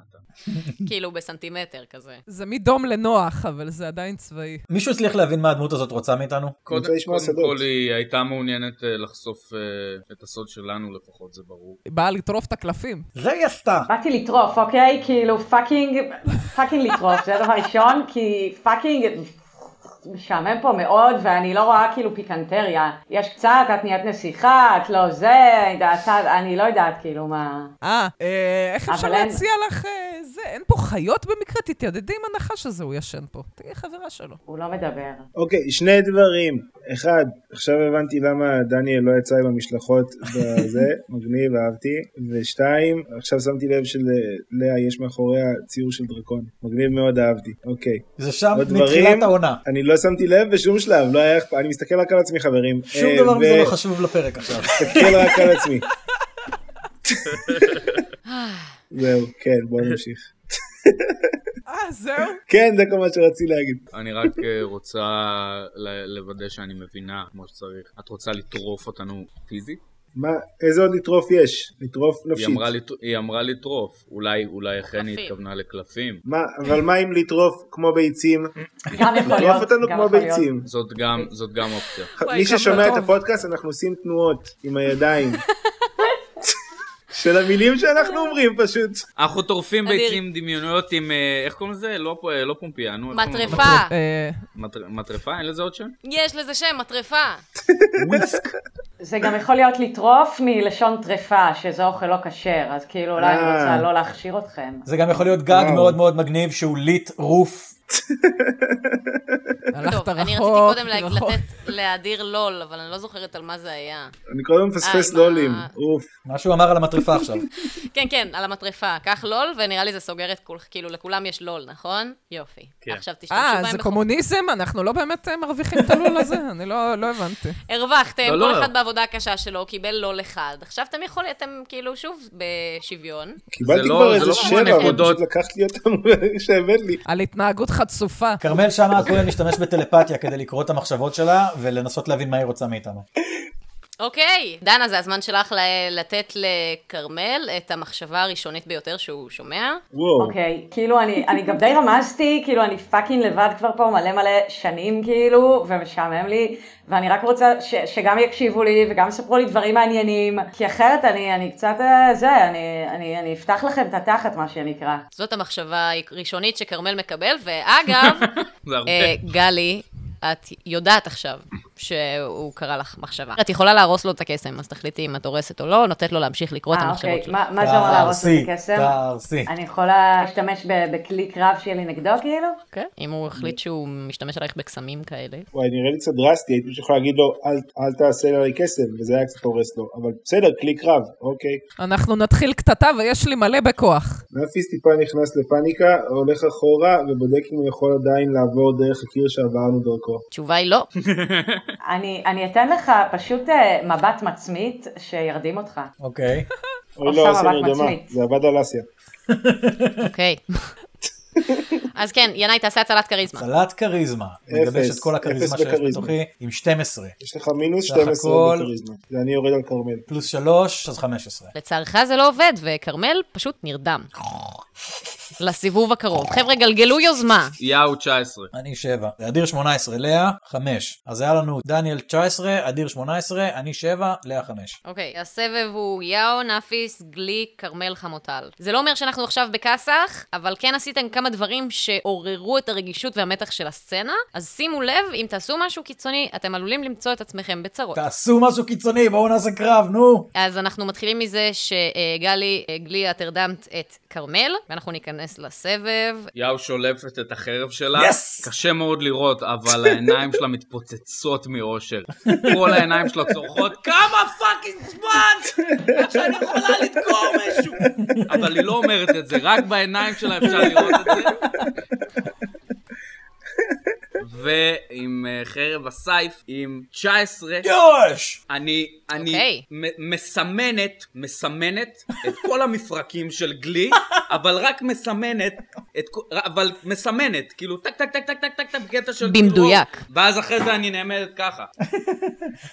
Speaker 1: כאילו בסנטימטר כזה.
Speaker 4: זה מדום לנוח, אבל זה עדיין צבאי.
Speaker 2: מישהו הצליח להבין מה הדמות הזאת רוצה מאיתנו?
Speaker 5: קודם,
Speaker 3: רוצה לשמוע
Speaker 5: קודם
Speaker 3: סודות.
Speaker 5: כל היא הייתה מעוניינת אה, לחשוף אה, את הסוד שלנו לפחות, זה ברור.
Speaker 4: היא באה לטרוף את הקלפים.
Speaker 2: זה היא עשתה.
Speaker 6: באתי לטרוף, אוקיי? כאילו פאקינג, פאקינג לטרוף, זה הדבר הראשון, כי פאקינג משעמם פה מאוד, ואני לא רואה כאילו פיקנטריה. יש קצת, את נהיית נסיכה, את לא זה, אתה, אני לא יודעת כאילו מה...
Speaker 4: אה, אה, איך
Speaker 6: אבל
Speaker 4: אפשר
Speaker 6: אין-
Speaker 4: להציע לך אה, זה? אין פה חיות במקרה? תתיידדי עם הנחש הזה, הוא ישן פה. תהיה חברה שלו.
Speaker 6: הוא לא מדבר.
Speaker 3: אוקיי, שני דברים. אחד, עכשיו הבנתי למה דניאל לא יצא עם המשלחות
Speaker 2: [LAUGHS]
Speaker 3: בזה, מגניב, אהבתי. ושתיים, עכשיו שמתי לב שללאה יש מאחוריה ציור של דרקון. מגניב מאוד, אהבתי. אוקיי.
Speaker 2: זה שם
Speaker 3: עוד דברים?
Speaker 2: אה, מתחילת העונה.
Speaker 3: אני לא שמתי לב בשום שלב, לא היה אכפת, אני מסתכל רק על עצמי חברים.
Speaker 2: שום
Speaker 3: אה,
Speaker 2: דבר מזה
Speaker 3: ו-
Speaker 2: לא חשוב לפרק
Speaker 3: [LAUGHS]
Speaker 2: עכשיו.
Speaker 3: מסתכל רק על
Speaker 2: [LAUGHS]
Speaker 3: עצמי. [LAUGHS] זהו, כן, בואו נמשיך.
Speaker 4: אה, זהו?
Speaker 3: כן, זה כל מה שרציתי להגיד.
Speaker 5: אני רק אה, רוצה ל- לוודא שאני מבינה כמו שצריך. את רוצה לטרוף אותנו פיזית?
Speaker 3: מה, איזה עוד לטרוף יש? לטרוף
Speaker 5: היא
Speaker 3: נפשית.
Speaker 5: אמרה, לט... היא אמרה לטרוף, אולי, אולי אכן היא
Speaker 1: קלפים.
Speaker 5: התכוונה לקלפים.
Speaker 3: מה, אבל מה אם לטרוף כמו ביצים? [LAUGHS]
Speaker 6: גם [LAUGHS] יכול להיות.
Speaker 3: לטרוף אותנו
Speaker 6: גם
Speaker 3: לא כמו
Speaker 6: יכול
Speaker 3: ביצים.
Speaker 5: זאת גם, זאת גם אופציה.
Speaker 4: וואי,
Speaker 3: מי
Speaker 4: כמה
Speaker 3: ששומע
Speaker 4: טוב.
Speaker 3: את הפודקאסט, אנחנו עושים תנועות עם
Speaker 6: [LAUGHS]
Speaker 3: הידיים. של המילים שאנחנו אומרים פשוט.
Speaker 5: אנחנו טורפים
Speaker 1: אדיר.
Speaker 5: ביצים דמיוניות עם, אה, איך קוראים לזה? לא, פ- אה, לא פומפיה, נו. איך קוראים לזה?
Speaker 1: מטרפה.
Speaker 4: אה,
Speaker 5: מטר- מטרפה? אין לזה עוד שם?
Speaker 1: יש לזה שם, מטרפה.
Speaker 6: זה גם יכול להיות לטרוף מלשון טרפה, שזה אוכל לא כשר, אז כאילו אולי אני
Speaker 3: אה.
Speaker 6: רוצה לא להכשיר אתכם.
Speaker 2: זה גם יכול להיות גג
Speaker 3: וואו.
Speaker 2: מאוד מאוד מגניב שהוא ליט רוף.
Speaker 4: הלכת
Speaker 1: טוב, לא,
Speaker 4: רחוק. לא. נכון.
Speaker 1: אני רציתי קודם לה-
Speaker 4: רחוק.
Speaker 1: לתת להאדיר לול, אבל אני לא זוכרת על מה זה היה.
Speaker 3: אני כל הזמן מפספס
Speaker 1: אה, עם
Speaker 3: לולים.
Speaker 1: ה-
Speaker 3: אוף.
Speaker 2: מה שהוא אמר על המטריפה עכשיו.
Speaker 1: כן, כן, על המטרפה. קח לול, ונראה לי זה סוגר את כול, כאילו, לכולם יש לול, נכון? יופי.
Speaker 5: כן.
Speaker 1: עכשיו תשתמשו
Speaker 4: אה,
Speaker 1: בהם
Speaker 4: זה
Speaker 1: בחוכמה.
Speaker 4: קומוניזם? אנחנו לא באמת אה, מרוויחים את הלול הזה? אני לא לא הבנתי.
Speaker 1: הרווחתם,
Speaker 5: לא,
Speaker 1: כל
Speaker 5: לא.
Speaker 1: אחד בעבודה הקשה שלו, קיבל לול אחד. עכשיו אתם יכולים, אתם כאילו שוב בשוויון.
Speaker 3: קיבלתי
Speaker 5: לא-
Speaker 3: כבר
Speaker 5: זה
Speaker 3: איזה
Speaker 5: לא
Speaker 3: שבע,
Speaker 5: שמונה
Speaker 3: אבל
Speaker 5: נקודות.
Speaker 3: פשוט לקחת לי אותם [LAUGHS] שהבאת לי.
Speaker 4: על התנהגות חצופה.
Speaker 2: כרמל שאמה הכהן משתמש בטלפתיה כדי לקרוא את המחשבות שלה ולנסות להבין מה היא רוצה מאיתנו.
Speaker 1: אוקיי, דנה, זה הזמן שלך ל- לתת לכרמל את המחשבה הראשונית ביותר שהוא שומע.
Speaker 3: וואו,
Speaker 6: אוקיי, כאילו אני, אני גם די רמזתי, כאילו אני פאקינג לבד כבר פה מלא מלא שנים כאילו, ומשעמם לי, ואני רק רוצה ש, שגם יקשיבו לי וגם יספרו לי דברים מעניינים, כי אחרת אני, אני קצת אה, זה, אני, אני, אני אפתח לכם את התחת מה שנקרא.
Speaker 1: זאת המחשבה הראשונית שכרמל מקבל, ואגב,
Speaker 5: [LAUGHS] זה הרבה.
Speaker 1: אה, גלי, את יודעת עכשיו שהוא קרא לך מחשבה. את יכולה להרוס לו את הקסם, אז תחליטי אם את הורסת או לא, נותנת לו להמשיך לקרוא את
Speaker 6: אה,
Speaker 1: המחשבות
Speaker 6: אוקיי,
Speaker 1: שלו.
Speaker 6: מה, מה זה אומר להרוס את
Speaker 2: תהרסי,
Speaker 6: הקסם?
Speaker 2: תהרסי.
Speaker 6: אני יכולה להשתמש ב- בכלי קרב שלי נגדו כאילו?
Speaker 1: כן, אם הוא החליט שהוא משתמש עלייך בקסמים כאלה.
Speaker 3: וואי, נראה לי קצת דרסטי, הייתי פשוט יכול להגיד לו, "אל- אל תעשה עלי קסם, וזה היה קצת הורס לו, אבל בסדר, כלי קרב, אוקיי.
Speaker 4: אנחנו נתחיל קטטה ויש לי מלא בכוח.
Speaker 3: נפיס טיפה נכנס לפאניקה, הולך אחורה ובודק אם הוא יכול עדיין לעבור דרך הקיר שעברנו דרכו.
Speaker 1: התשובה היא
Speaker 6: [LAUGHS]
Speaker 1: לא.
Speaker 6: אני, אני אתן לך פשוט אה, מבט מצמית שירדים אותך.
Speaker 2: אוקיי.
Speaker 3: אוי
Speaker 6: עכשיו
Speaker 3: לא, עשה
Speaker 6: מבט
Speaker 3: נרדמה,
Speaker 6: מצמית.
Speaker 3: זה עבד על אסיה.
Speaker 1: אוקיי. אז כן, ינאי, תעשה הצלת כריזמה.
Speaker 2: צלת כריזמה.
Speaker 3: [LAUGHS]
Speaker 2: מגבש את כל הכריזמה
Speaker 3: אפס
Speaker 2: שיש
Speaker 3: בכריזמה.
Speaker 2: בתוכי עם 12.
Speaker 3: יש לך מינוס
Speaker 2: סך
Speaker 3: 12
Speaker 2: הכל-
Speaker 3: בכריזמה, ואני יורד על כרמל.
Speaker 2: פלוס 3, אז 15.
Speaker 1: לצערך זה לא עובד, וכרמל פשוט נרדם. לסיבוב הקרוב. חבר'ה, גלגלו יוזמה.
Speaker 5: יאו 19.
Speaker 2: אני 7. אדיר 18, לאה 5. אז היה לנו דניאל 19, אדיר 18, אני 7, לאה 5.
Speaker 1: אוקיי, הסבב הוא יאו, נפיס, גליק, כרמל, חמוטל. זה לא אומר שאנחנו עכשיו בכסח, אבל כן עשיתם כמה דברים שעוררו את הרגישות והמתח של הסצנה, אז שימו לב, אם תעשו משהו קיצוני, אתם עלולים למצוא את עצמכם בצרות.
Speaker 2: תעשו משהו קיצוני, בואו נעשה קרב, נו!
Speaker 1: אז אנחנו מתחילים מזה שגלי, גלי, את הרדמת את כרמל, ואנחנו ניכנס לסבב.
Speaker 5: יאו שולפת את החרב שלה.
Speaker 2: Yes!
Speaker 5: קשה מאוד לראות, אבל העיניים שלה מתפוצצות מאושר. כל העיניים שלה צורחות, כמה פאקינג זמן עד שאני יכולה לדקור מישהו! אבל היא לא אומרת את זה, רק בעיניים שלה אפשר לראות את זה. ועם אה, חרב הסייף, עם 19,
Speaker 2: יוש!
Speaker 5: אני, אני
Speaker 1: אוקיי.
Speaker 5: מ- מסמנת, מסמנת את כל המפרקים של גלי, אבל רק מסמנת, את, כל- אבל מסמנת, כאילו טק טק טק טק טק טק טק בקטע של...
Speaker 1: במדויק.
Speaker 5: כאילו, ואז אחרי זה אני נעמדת ככה.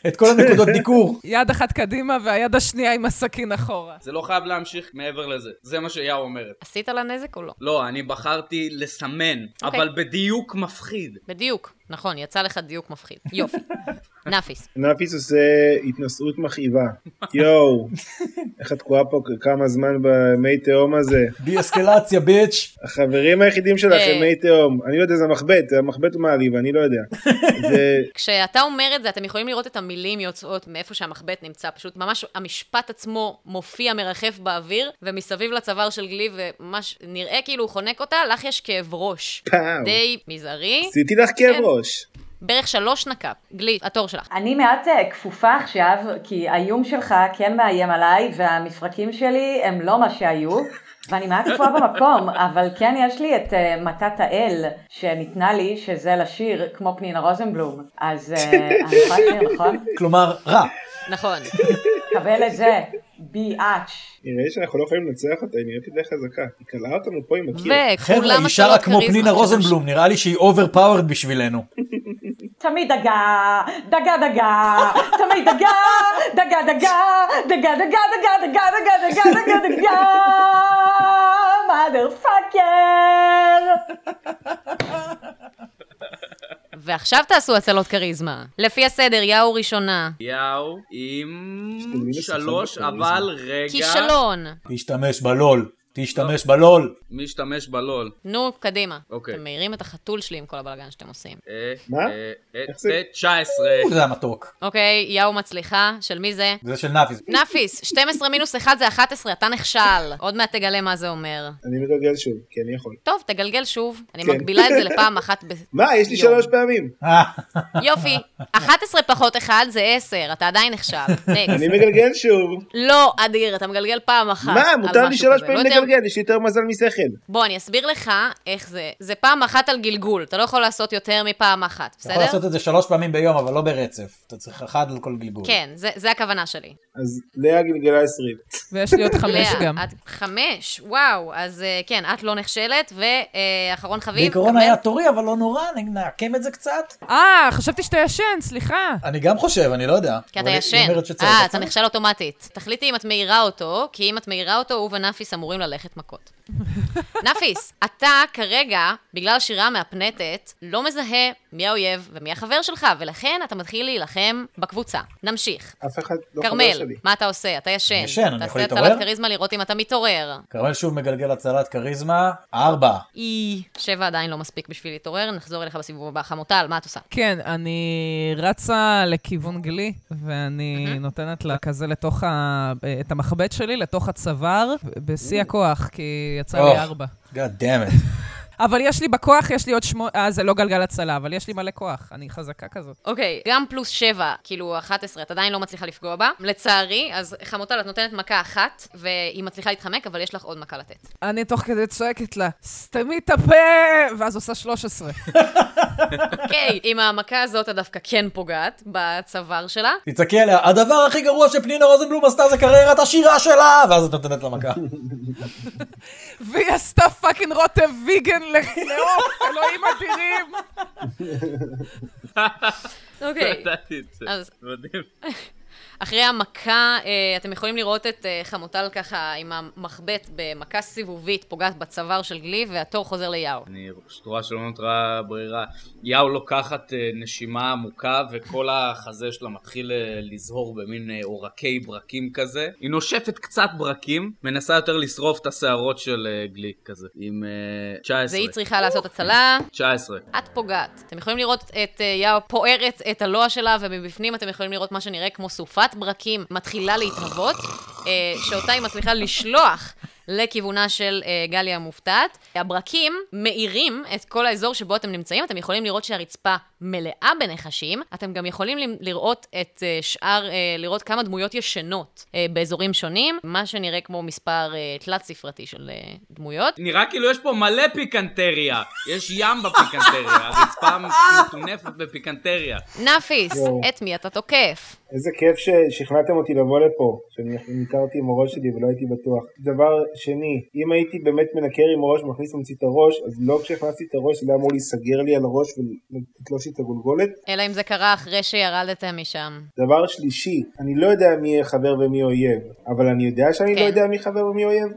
Speaker 2: את כל
Speaker 3: [LAUGHS]
Speaker 2: הנקודות דיקור.
Speaker 4: יד אחת קדימה והיד השנייה עם הסכין אחורה.
Speaker 5: זה לא חייב להמשיך מעבר לזה, זה מה שיאו אומרת.
Speaker 1: עשית לה נזק או לא?
Speaker 5: לא, אני בחרתי לסמן,
Speaker 1: אוקיי.
Speaker 5: אבל בדיוק מפחיד.
Speaker 1: בדיוק, נכון, יצא לך דיוק מפחיד. יופי. נפיס.
Speaker 3: נפיס עושה התנשאות מכאיבה. [LAUGHS] יואו, איך את תקועה פה כמה זמן במי תהום הזה?
Speaker 2: די אסקלציה, ביץ'.
Speaker 3: החברים היחידים שלך
Speaker 1: אה.
Speaker 3: הם מי תהום. אני לא יודע, זה מחבט, המחבט הוא מעליב, אני לא יודע. זה-
Speaker 1: כשאתה אומר את זה, אתם יכולים לראות את המילים יוצאות מאיפה שהמחבט נמצא, פשוט ממש המשפט עצמו מופיע מרחף באוויר, ומסביב לצוואר של גלי, וממש נראה כאילו הוא חונק אותה, לך יש כאב ראש.
Speaker 3: פאו.
Speaker 1: די מזערי,
Speaker 3: עשיתי לך כאב
Speaker 1: כן.
Speaker 3: ראש.
Speaker 1: בערך שלוש נק"פ. גלי, התור שלך.
Speaker 6: אני מעט אה, כפופה עכשיו, כי האיום שלך כן מאיים עליי, והמפרקים שלי הם לא מה שהיו, ואני מעט כפופה במקום, אבל כן יש לי את אה, מתת האל שניתנה לי, שזה לשיר כמו פנינה רוזנבלום. אז אה, אני יכולה לשיר, נכון?
Speaker 2: כלומר, רע.
Speaker 1: נכון.
Speaker 6: קבל את זה, ביאץ'.
Speaker 3: נראה לי שאנחנו לא יכולים לנצח אותה, היא נראית לי די חזקה. היא קלעה אותנו פה עם הקיר.
Speaker 2: [LAUGHS] חבר'ה,
Speaker 1: וכולם
Speaker 2: היא שרה
Speaker 1: הצלות
Speaker 2: כמו
Speaker 1: כריזמה,
Speaker 2: פנינה
Speaker 1: שלוש.
Speaker 2: רוזנבלום, נראה לי שהיא אוברפאוורד בשבילנו.
Speaker 6: תמיד דגה, דגה דגה, תמיד דגה, דגה דגה, דגה דגה דגה דגה דגה דגה דגה דגה, mother fucker.
Speaker 1: ועכשיו תעשו הצלות כריזמה. לפי הסדר, יאו ראשונה.
Speaker 5: יאו, עם
Speaker 3: לי לספק
Speaker 5: שלוש,
Speaker 3: בכריזמה.
Speaker 5: אבל רגע...
Speaker 1: כישלון.
Speaker 2: תשתמש בלול. תשתמש
Speaker 1: לא.
Speaker 2: בלול.
Speaker 5: מי ישתמש בלול?
Speaker 1: נו, קדימה.
Speaker 5: אוקיי.
Speaker 1: אתם מעירים את החתול שלי עם כל הבלגן שאתם עושים.
Speaker 5: אה,
Speaker 3: מה?
Speaker 5: אה, אה,
Speaker 3: איך זה?
Speaker 5: אה, 19.
Speaker 2: זה היה מתוק.
Speaker 1: אוקיי, יאו מצליחה, של מי זה?
Speaker 2: זה של נאפיס. [LAUGHS]
Speaker 1: נפיס, 12 מינוס 1 זה 11, אתה נכשל. עוד מעט תגלה מה זה אומר.
Speaker 3: אני מגלגל שוב, כי אני יכול.
Speaker 1: טוב, תגלגל שוב. אני
Speaker 3: כן.
Speaker 1: מגבילה את זה לפעם אחת ב...
Speaker 3: מה, יש לי
Speaker 1: יום.
Speaker 3: שלוש
Speaker 1: [LAUGHS]
Speaker 3: פעמים.
Speaker 2: אה,
Speaker 1: יופי, 11 פחות 1 זה 10, אתה עדיין נכשל.
Speaker 3: [LAUGHS] אני
Speaker 1: נקסט.
Speaker 3: מגלגל שוב.
Speaker 1: לא, אדיר, אתה מגלגל פעם אחת.
Speaker 3: מה,
Speaker 1: על
Speaker 3: מותר לי
Speaker 1: משהו
Speaker 3: שלוש
Speaker 1: כזה,
Speaker 3: פעמים
Speaker 1: לא יותר
Speaker 3: מתגלגל, יש לי יותר מזל משכל.
Speaker 1: בוא, אני אסביר לך איך זה. זה פעם אחת על גלגול, אתה לא יכול לעשות יותר מפעם אחת,
Speaker 2: אתה יכול
Speaker 1: בסדר?
Speaker 2: לעשות את זה שלוש פעמים ביום, אבל לא ברצף. אתה צריך אחד על כל גלגול.
Speaker 1: כן, זה, זה הכוונה שלי.
Speaker 3: אז לאה גלגלה 20.
Speaker 4: ויש לי עוד חמש
Speaker 1: [LAUGHS] לאה,
Speaker 4: גם.
Speaker 1: את חמש, וואו, אז אה, כן, את לא נכשלת, ואחרון חביב.
Speaker 2: בעיקרון
Speaker 1: כרמל.
Speaker 2: היה תורי, אבל לא נורא, נ- נעקם את זה קצת.
Speaker 4: אה, חשבתי שאתה ישן, סליחה.
Speaker 2: אני גם חושב, אני לא יודע.
Speaker 1: כי אתה
Speaker 2: אבל היא
Speaker 1: ישן.
Speaker 2: אומרת שצריך.
Speaker 1: אה, אתה נכשל אוטומטית. תחליטי אם את מעירה אותו, כי אם את מעירה אותו, הוא ונפיס אמורים ללכת מכות. נפיס, אתה כרגע, בגלל שירה מהפנטת, לא מזהה מי האויב ומי החבר שלך, ולכן אתה מתחיל להילחם בקבוצה. נמשיך.
Speaker 3: אף אחד לא חבר
Speaker 1: כרמל,
Speaker 3: שלי.
Speaker 1: מה אתה עושה? אתה ישן.
Speaker 2: אני ישן, אני יכול
Speaker 1: תעשה
Speaker 2: להתעורר?
Speaker 1: הצלת כריזמה לראות אם אתה מתעורר.
Speaker 2: כרמל שוב מגלגל הצלת כריזמה, ארבע.
Speaker 1: אי. שבע עדיין לא מספיק בשביל להתעורר, נחזור אליך בסיבוב הבא. חמוטל, מה את עושה?
Speaker 4: כן, אני רצה לכיוון גלי, ואני נותנת לה כזה לתוך ה... את המחבט שלי, לתוך הצוואר, בשיא הכוח, כי יצא לי
Speaker 2: אוח.
Speaker 4: ארבע.
Speaker 2: God damn it.
Speaker 4: אבל יש לי בכוח, יש לי עוד שמונה... אה, זה לא גלגל הצלה, אבל יש לי מלא כוח. אני חזקה כזאת.
Speaker 1: אוקיי, גם פלוס 7, כאילו 11, את עדיין לא מצליחה לפגוע בה. לצערי, אז חמוטל, את נותנת מכה אחת, והיא מצליחה להתחמק, אבל יש לך עוד מכה לתת.
Speaker 4: אני תוך כדי צועקת לה, סתמי את הפה! ואז עושה 13.
Speaker 1: אוקיי, עם המכה הזאת את דווקא כן פוגעת בצוואר שלה.
Speaker 2: תצעקי עליה, הדבר הכי גרוע שפנינה רוזנבלום עשתה זה קריירת השירה שלה! ואז את נותנת לה מכה.
Speaker 4: והיא עשתה פאקינג רוטב ויגן ל- לעוף, אלוהים אדירים.
Speaker 5: [LAUGHS]
Speaker 1: אוקיי.
Speaker 5: ידעתי את זה.
Speaker 1: אז-
Speaker 5: מדהים.
Speaker 1: אחרי המכה, אה, אתם יכולים לראות את אה, חמוטל ככה עם המחבט במכה סיבובית, פוגעת בצוואר של גלי, והתור חוזר ליאו.
Speaker 5: אני פשוט רואה שלא נותרה ברירה. יאו לוקחת אה, נשימה עמוקה וכל החזה שלה מתחיל אה, לזהור במין אה, עורקי ברקים כזה. היא נושפת קצת ברקים, מנסה יותר לשרוף את השערות של אה, גליק כזה. עם אה, 19.
Speaker 1: והיא צריכה לעשות הצלה.
Speaker 5: 19.
Speaker 1: את פוגעת. אתם יכולים לראות את אה, יאו פוערת את הלוע שלה, ומבפנים אתם יכולים לראות מה שנראה כמו סופת ברקים מתחילה להתהוות, אה, שאותה היא מצליחה לשלוח לכיוונה של אה, גליה המופתעת. הברקים מאירים את כל האזור שבו אתם נמצאים, אתם יכולים לראות שהרצפה מלאה בנחשים, אתם גם יכולים ל- לראות את אה, שאר, אה, לראות כמה דמויות ישנות אה, באזורים שונים, מה שנראה כמו מספר אה, תלת-ספרתי של אה, דמויות.
Speaker 5: נראה כאילו יש פה מלא פיקנטריה. יש ים בפיקנטריה, הרצפה מטונפת בפיקנטריה.
Speaker 1: נפיס,
Speaker 3: יואו.
Speaker 1: את מי אתה תוקף?
Speaker 3: איזה כיף ששכנעתם אותי לבוא לפה, שאני נמכרתי עם הראש שלי ולא הייתי בטוח. דבר שני, אם הייתי באמת מנקר עם הראש, מכניס ממציא את הראש, אז לא כשהכנסתי את הראש, זה היה אמור להיסגר לי על הראש ולתלוש לי את הגולגולת.
Speaker 1: אלא אם זה קרה אחרי שירדתם משם.
Speaker 3: דבר שלישי, אני לא יודע מי יהיה חבר ומי אויב, אבל אני יודע שאני
Speaker 1: כן.
Speaker 3: לא יודע מי חבר ומי אויב.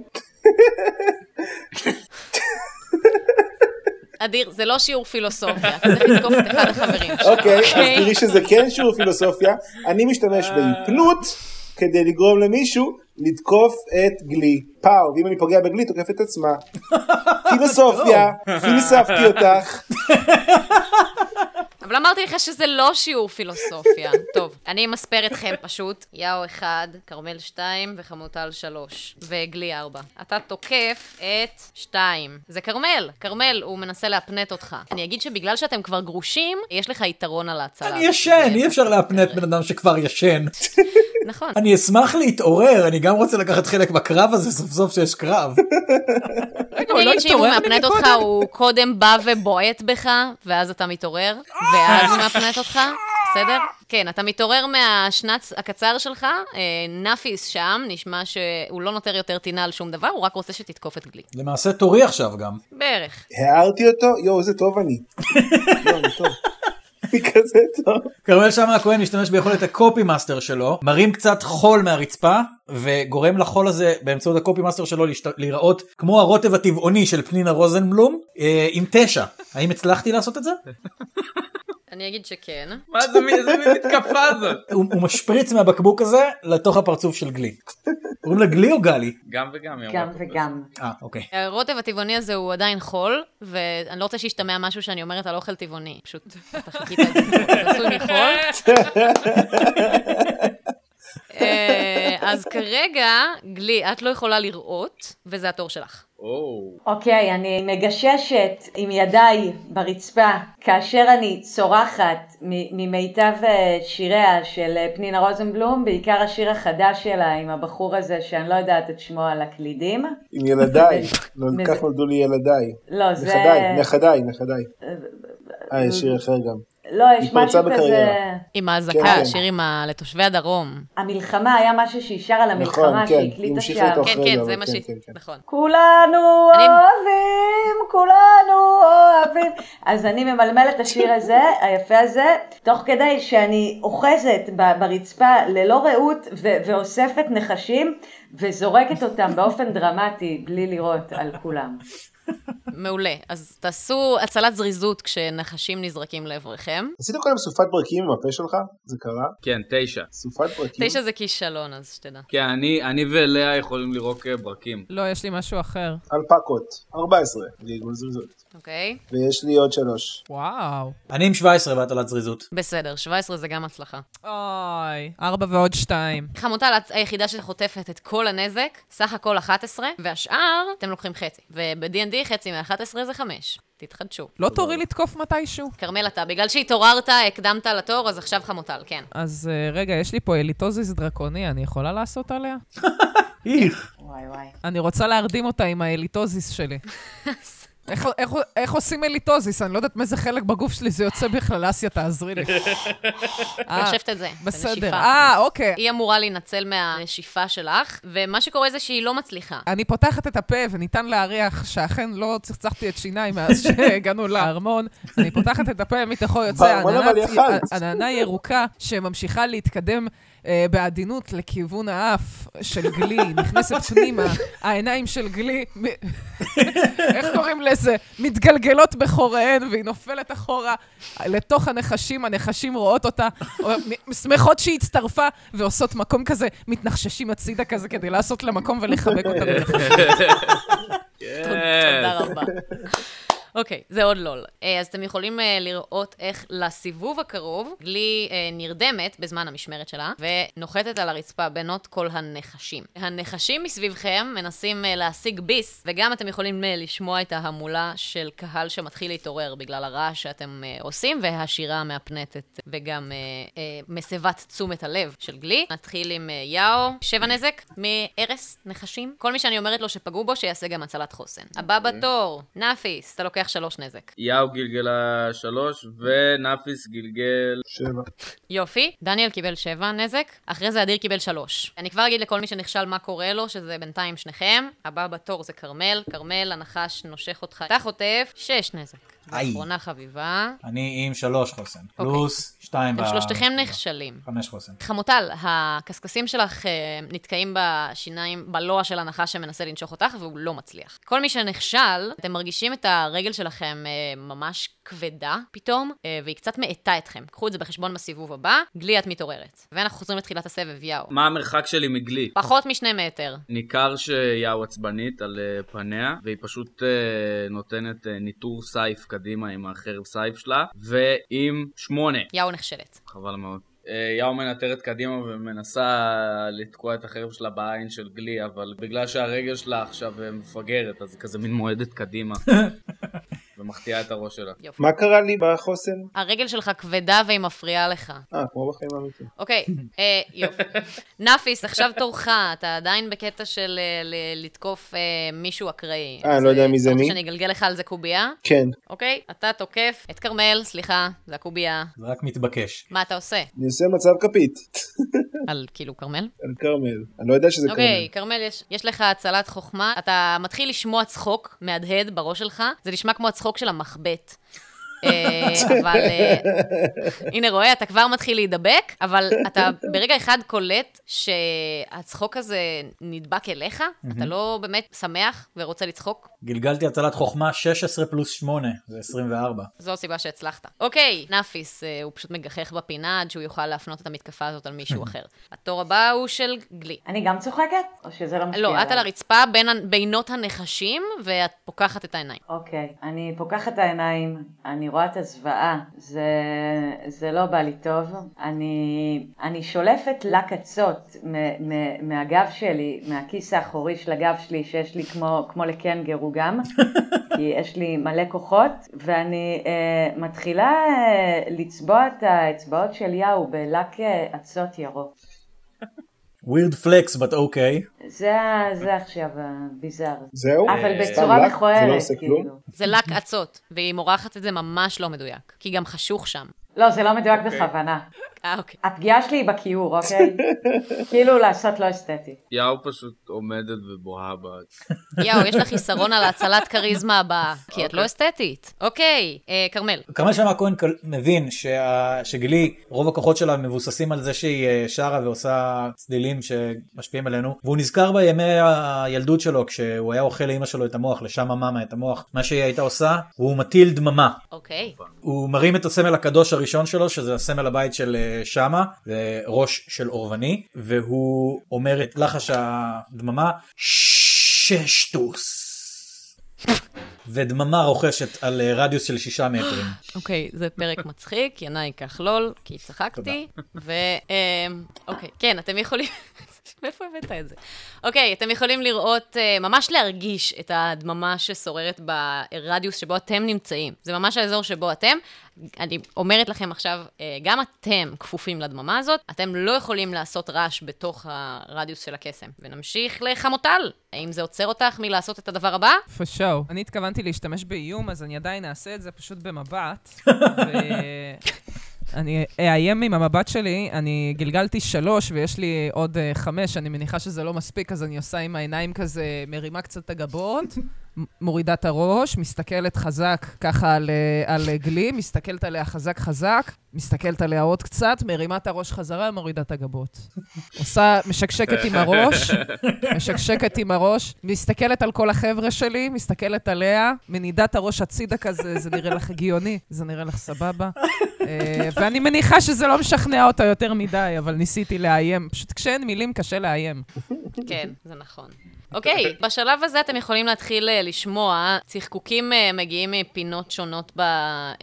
Speaker 1: אדיר, זה לא שיעור פילוסופיה, אתה צריך לתקוף את אחד החברים שלך.
Speaker 3: אוקיי, אה. אז תראי שזה כן שיעור פילוסופיה. אני משתמש באיפנות כדי לגרום למישהו לתקוף את גלי. פאו, ואם אני פוגע בגלי, תוקף את עצמה. [LAUGHS] פילוסופיה, פילוספתי אותך.
Speaker 1: אבל אמרתי לך שזה לא שיעור פילוסופיה. טוב, אני אמספר אתכם פשוט. יאו אחד, כרמל שתיים וחמוטל שלוש, וגלי ארבע. אתה תוקף את שתיים. זה כרמל, כרמל, הוא מנסה להפנט אותך. אני אגיד שבגלל שאתם כבר גרושים, יש לך יתרון על ההצלה.
Speaker 2: אני ישן, אי אפשר להפנט בן אדם שכבר ישן.
Speaker 1: נכון.
Speaker 2: אני אשמח להתעורר, אני גם רוצה לקחת חלק בקרב הזה, סוף סוף שיש קרב. [LAUGHS]
Speaker 4: רגע, הוא
Speaker 1: אני
Speaker 4: לא
Speaker 1: אגיד שאם הוא
Speaker 4: התעורר לי
Speaker 1: מאפנט אותך,
Speaker 4: מקודם?
Speaker 1: הוא קודם בא ובועט בך, ואז אתה מתעורר, ואז הוא מאפנט אותך, בסדר? כן, אתה מתעורר מהשנץ הקצר שלך, אה, נאפיס שם, נשמע שהוא לא נותר יותר טינה על שום דבר, הוא רק רוצה שתתקוף את גלי.
Speaker 2: למעשה תורי עכשיו גם.
Speaker 1: בערך.
Speaker 3: הערתי אותו, יואו, איזה טוב [LAUGHS] אני. יואו, אני טוב. אני כזה טוב.
Speaker 2: כרמל שאמה הכהן השתמש ביכולת הקופי מאסטר שלו, מרים קצת חול מהרצפה, וגורם לחול הזה באמצעות הקופי מאסטר שלו להשת- להיראות כמו הרוטב הטבעוני של פנינה רוזנבלום, אה, עם תשע. האם הצלחתי לעשות את זה?
Speaker 1: אני אגיד שכן.
Speaker 5: מה זה, מי- איזה מין מתקפה זאת?
Speaker 2: הוא, הוא משפריץ מהבקבוק הזה לתוך הפרצוף של גלי. קוראים לה גלי או גלי?
Speaker 5: גם וגם, היא
Speaker 6: גם
Speaker 5: אמרה.
Speaker 6: וגם.
Speaker 2: אה, אוקיי.
Speaker 1: הרוטב הטבעוני הזה הוא עדיין חול, ואני לא רוצה שישתמע משהו שאני אומרת על אוכל טבעוני. פשוט, אתה חיכית את זה, זה עשוי מחול. אה, אז כרגע, גלי, את לא יכולה לראות, וזה התור שלך.
Speaker 5: או,
Speaker 6: אוקיי, אני מגששת עם ידיי ברצפה כאשר אני צורחת מ- ממיטב אה, שיריה של אה, פנינה רוזנבלום, בעיקר השיר החדש שלה עם הבחור הזה שאני לא יודעת את שמו על הקלידים.
Speaker 3: עם ילדיי, לא,
Speaker 6: מזה-
Speaker 3: כך נולדו לי ילדיי.
Speaker 6: לא, זה...
Speaker 3: נכדיי, נכדיי, נכדיי.
Speaker 6: אה,
Speaker 3: אה, יש שיר אחר גם.
Speaker 6: לא, יש
Speaker 3: היא פרצה
Speaker 6: משהו כזה...
Speaker 3: בקריירה.
Speaker 1: עם האזעקה,
Speaker 3: כן.
Speaker 1: השיר עם ה... לתושבי הדרום.
Speaker 6: המלחמה היה משהו שהיא שרה למלחמה,
Speaker 3: נכון,
Speaker 6: שהיא
Speaker 3: כן,
Speaker 6: הקליטה
Speaker 3: המשיכה
Speaker 6: שם.
Speaker 3: איתו.
Speaker 1: כן,
Speaker 3: אחרי
Speaker 1: כן,
Speaker 3: זה,
Speaker 1: זה
Speaker 3: אבל
Speaker 1: מה
Speaker 3: כן,
Speaker 1: ש...
Speaker 3: כן, כן.
Speaker 1: נכון.
Speaker 6: כולנו
Speaker 1: אני-
Speaker 6: אוהבים, כולנו אוהבים. אז אני ממלמלת את השיר הזה, היפה הזה, תוך כדי שאני אוחזת ב- ברצפה ללא ראות ו- ואוספת נחשים וזורקת אותם באופן דרמטי בלי לראות על כולם.
Speaker 1: מעולה. אז תעשו הצלת זריזות כשנחשים נזרקים לעבריכם.
Speaker 3: עשית קודם סופת ברקים עם הפה שלך? זה קרה?
Speaker 5: כן, תשע.
Speaker 3: סופת ברקים?
Speaker 1: תשע זה כישלון, אז שתדע.
Speaker 5: כן, אני, אני ולאה יכולים לירוק אה, ברקים.
Speaker 4: לא, יש לי משהו אחר.
Speaker 3: אלפקות. 14. לעיגול זריזות.
Speaker 1: אוקיי?
Speaker 3: ויש לי עוד שלוש.
Speaker 4: וואו.
Speaker 2: אני עם 17 והטלת זריזות.
Speaker 1: בסדר, 17 זה גם הצלחה.
Speaker 4: אוי. ארבע ועוד שתיים.
Speaker 1: חמוטל את היחידה שחוטפת את כל הנזק, סך הכל 11, והשאר, אתם לוקחים חצי. וב-D&D חצי מ-11 זה 5. תתחדשו.
Speaker 4: לא תורי לתקוף מתישהו.
Speaker 1: כרמל, אתה, בגלל שהתעוררת, הקדמת לתור, אז עכשיו חמוטל, כן.
Speaker 4: אז אה, רגע, יש לי פה אליטוזיס דרקוני, אני יכולה לעשות עליה?
Speaker 2: איך.
Speaker 6: וואי וואי.
Speaker 4: אני רוצה להרדים אותה עם האליטוזיס שלי. איך, איך, איך עושים אליטוזיס? אני לא יודעת מאיזה חלק בגוף שלי זה יוצא בכלל, אסיה, תעזרי לי. אה,
Speaker 1: חושבת את זה,
Speaker 4: בסדר.
Speaker 1: בנשיפה.
Speaker 4: אה, אוקיי.
Speaker 1: היא אמורה להינצל מהנשיפה שלך, ומה שקורה זה שהיא לא מצליחה.
Speaker 4: אני פותחת את הפה, וניתן להריח שאכן לא צחצחתי את שיניי מאז שהגענו לארמון. אני פותחת את הפה, מתוכו יוצא
Speaker 3: בארמון אבל
Speaker 4: עננה-
Speaker 3: יכלת.
Speaker 4: עננה ירוקה שממשיכה להתקדם אה, בעדינות לכיוון האף של גלי, נכנסת פנימה, העיניים של גלי, מ- [LAUGHS] איך קוראים לזה? מתגלגלות בחוריהן, והיא נופלת אחורה לתוך הנחשים, הנחשים רואות אותה, או- שמחות שהיא הצטרפה, ועושות מקום כזה, מתנחששים הצידה כזה כדי לעשות לה מקום ולחבק אותה.
Speaker 1: תודה רבה. אוקיי, זה עוד לול. אה, אז אתם יכולים אה, לראות איך לסיבוב הקרוב, גלי אה, נרדמת בזמן המשמרת שלה, ונוחתת על הרצפה בינות כל הנחשים. הנחשים מסביבכם מנסים אה, להשיג ביס, וגם אתם יכולים אה, לשמוע את ההמולה של קהל שמתחיל להתעורר בגלל הרעש שאתם אה, עושים, והשירה המהפנטת, וגם אה, אה, מסבת תשומת הלב של גלי. נתחיל עם אה, יאו, שבע נזק, מארס, נחשים. כל מי שאני אומרת לו שפגעו בו, שיעשה גם הצלת חוסן. הבא בתור, נאפיס, אתה לוקח שלוש נזק.
Speaker 5: יאו גלגלה שלוש, ונאפיס גלגל...
Speaker 3: שבע.
Speaker 1: יופי, דניאל קיבל שבע נזק, אחרי זה אדיר קיבל שלוש. אני כבר אגיד לכל מי שנכשל מה קורה לו, שזה בינתיים שניכם. הבא בתור זה כרמל, כרמל, הנחש נושך אותך, אתה חוטף, שש נזק.
Speaker 2: איי.
Speaker 1: אחרונה חביבה.
Speaker 2: אני עם 3 חוסן. פלוס 2
Speaker 1: אוקיי. אתם שלושתכם נכשלים.
Speaker 2: 5 חוסן.
Speaker 1: חמוטל, הקשקשים שלך אה, נתקעים בשיניים, בלוע של הנחש שמנסה לנשוך אותך, והוא לא מצליח. כל מי שנכשל, אתם מרגישים את הרגל שלכם אה, ממש כבדה פתאום, אה, והיא קצת מאטה אתכם. קחו את זה בחשבון בסיבוב הבא, גלי את מתעוררת. ואנחנו חוזרים לתחילת הסבב, יאו.
Speaker 5: מה המרחק שלי מגלי?
Speaker 1: פחות משני מטר.
Speaker 5: ניכר שיאו עצבנית על אה, פניה, והיא פשוט אה, נותנת אה, ניטור סייף קדימה עם החרב סייף שלה, ועם שמונה.
Speaker 1: יאו נכשלת.
Speaker 5: חבל מאוד. אה, יאו מנטרת קדימה ומנסה לתקוע את החרב שלה בעין של גלי, אבל בגלל שהרגל שלה עכשיו אה, מפגרת, אז היא כזה מין מועדת קדימה. ומחטיאה את הראש שלה.
Speaker 1: יופי.
Speaker 3: מה קרה לי בחוסן?
Speaker 1: הרגל שלך כבדה והיא מפריעה לך.
Speaker 3: אה, כמו בחיים האמיתיים.
Speaker 1: אוקיי, אה, יופי. נאפיס, עכשיו תורך, אתה עדיין בקטע של אה, ל- לתקוף אה, מישהו אקראי.
Speaker 3: אה,
Speaker 1: אז,
Speaker 3: לא יודע מי זה
Speaker 1: אתה רוצה
Speaker 3: מי?
Speaker 1: שאני אגלגל לך על זה קובייה?
Speaker 3: כן,
Speaker 1: אוקיי, אתה תוקף את כרמל, סליחה, זה הקובייה.
Speaker 2: זה רק מתבקש.
Speaker 1: מה אתה עושה?
Speaker 3: אני עושה מצב כפית. [LAUGHS] כן.
Speaker 1: על כאילו כרמל?
Speaker 3: על כרמל. אני לא יודע שזה
Speaker 1: אוקיי,
Speaker 3: כרמל.
Speaker 1: כרמל, יש, יש לך הצלת חוכמה, אתה מתחיל לשמוע צחוק מהדהד בראש שלך, זה נשמע כמו הצחוק של המחבט. אה, אבל אה, הנה רואה, אתה כבר מתחיל להידבק, אבל אתה ברגע אחד קולט שהצחוק הזה נדבק אליך, אתה לא באמת שמח ורוצה לצחוק,
Speaker 2: גלגלתי הצלת חוכמה 16 פלוס 8, זה 24.
Speaker 1: זו הסיבה שהצלחת. אוקיי, נאפיס, אה, הוא פשוט מגחך בפינה עד שהוא יוכל להפנות את המתקפה הזאת על מישהו אחר. התור הבא הוא של גלי.
Speaker 6: אני גם צוחקת? או שזה לא משפיע?
Speaker 1: לא, את
Speaker 6: עליי?
Speaker 1: על הרצפה בין ה- בינות הנחשים, ואת פוקחת את העיניים.
Speaker 6: אוקיי, אני פוקחת את העיניים, אני רואה את הזוועה. זה, זה לא בא לי טוב. אני, אני שולפת לקצות מ- מ- מהגב שלי, מהכיס האחורי של הגב שלי, שיש לי כמו, כמו לקנגרו
Speaker 3: [LAUGHS]
Speaker 6: גם, כי יש לי מלא כוחות, ואני אה, מתחילה אה, לצבוע את האצבעות של יאו בלק אה, אצות ירוק.
Speaker 2: ווירד פלקס, but אוקיי.
Speaker 6: זה, ה- זה עכשיו הביזאר.
Speaker 3: זהו?
Speaker 6: אבל
Speaker 3: אה, סתם
Speaker 6: בצורה
Speaker 3: לך? זה לא
Speaker 6: מכוערת,
Speaker 3: עושה כלום?
Speaker 6: כאילו.
Speaker 1: זה לק אצות, והיא מורחת את זה ממש לא מדויק, כי גם חשוך שם.
Speaker 6: לא, זה לא מדויק בכוונה.
Speaker 1: אה, אוקיי.
Speaker 6: הפגיעה שלי היא בכיעור,
Speaker 3: [LAUGHS]
Speaker 6: אוקיי? כאילו לעשות לא אסתטי.
Speaker 5: יאו פשוט עומדת ובוהה ב...
Speaker 1: יאו, יש לך חיסרון על האצלת כריזמה הבאה, כי את לא אסתטית. אוקיי, אה, כרמל.
Speaker 2: כרמל שאמה כהן קל- מבין שה... שגילי, רוב הכוחות שלה מבוססים על זה שהיא אה, שרה ועושה צלילים שמשפיעים עלינו, והוא נזכר בימי הילדות שלו כשהוא היה אוכל לאימא שלו את המוח, לשמה מאמה את המוח, מה שהיא הייתה עושה, הוא מטיל דממה.
Speaker 1: אוקיי.
Speaker 2: הוא מרים את הסמל הקדוש הראשון שלו, שזה הסמל הבית של אה, שמה, זה ראש של אורבני, והוא אומר את לחש הדממה, ששטוס. ודממה רוכשת על אה, רדיוס של שישה מטרים.
Speaker 1: אוקיי, זה פרק מצחיק, ינאי כחלול, כי צחקתי, ו... אמ, אוקיי, כן, אתם יכולים... [LAUGHS] מאיפה הבאת את זה? אוקיי, אתם יכולים לראות, אה, ממש להרגיש את הדממה ששוררת ברדיוס שבו אתם נמצאים. זה ממש האזור שבו אתם. אני אומרת לכם עכשיו, אה, גם אתם כפופים לדממה הזאת, אתם לא יכולים לעשות רעש בתוך הרדיוס של הקסם. ונמשיך לחמוטל. האם זה עוצר אותך מלעשות את הדבר הבא?
Speaker 4: for sure. אני התכוונתי להשתמש באיום, אז אני עדיין אעשה את זה פשוט במבט. ו- אני אאיים עם המבט שלי, אני גלגלתי שלוש ויש לי עוד אה, חמש, אני מניחה שזה לא מספיק, אז אני עושה עם העיניים כזה, מרימה קצת את הגבות, מ- מורידה את הראש, מסתכלת חזק ככה על, אה, על אה, גלי, מסתכלת עליה חזק חזק, מסתכלת עליה עוד קצת, מרימה את הראש חזרה, מורידה את הגבות. עושה, משקשקת עם הראש, משקשקת עם הראש, מסתכלת על כל החבר'ה שלי, מסתכלת עליה, מנידה את הראש הצידה כזה, זה נראה לך הגיוני, זה נראה לך סבבה. אה, ואני מניחה שזה לא משכנע אותה יותר מדי, אבל ניסיתי לאיים. פשוט כשאין מילים קשה לאיים.
Speaker 1: כן, זה נכון. אוקיי, בשלב הזה אתם יכולים להתחיל אה, לשמוע, צחקוקים אה, מגיעים מפינות שונות ב, אה,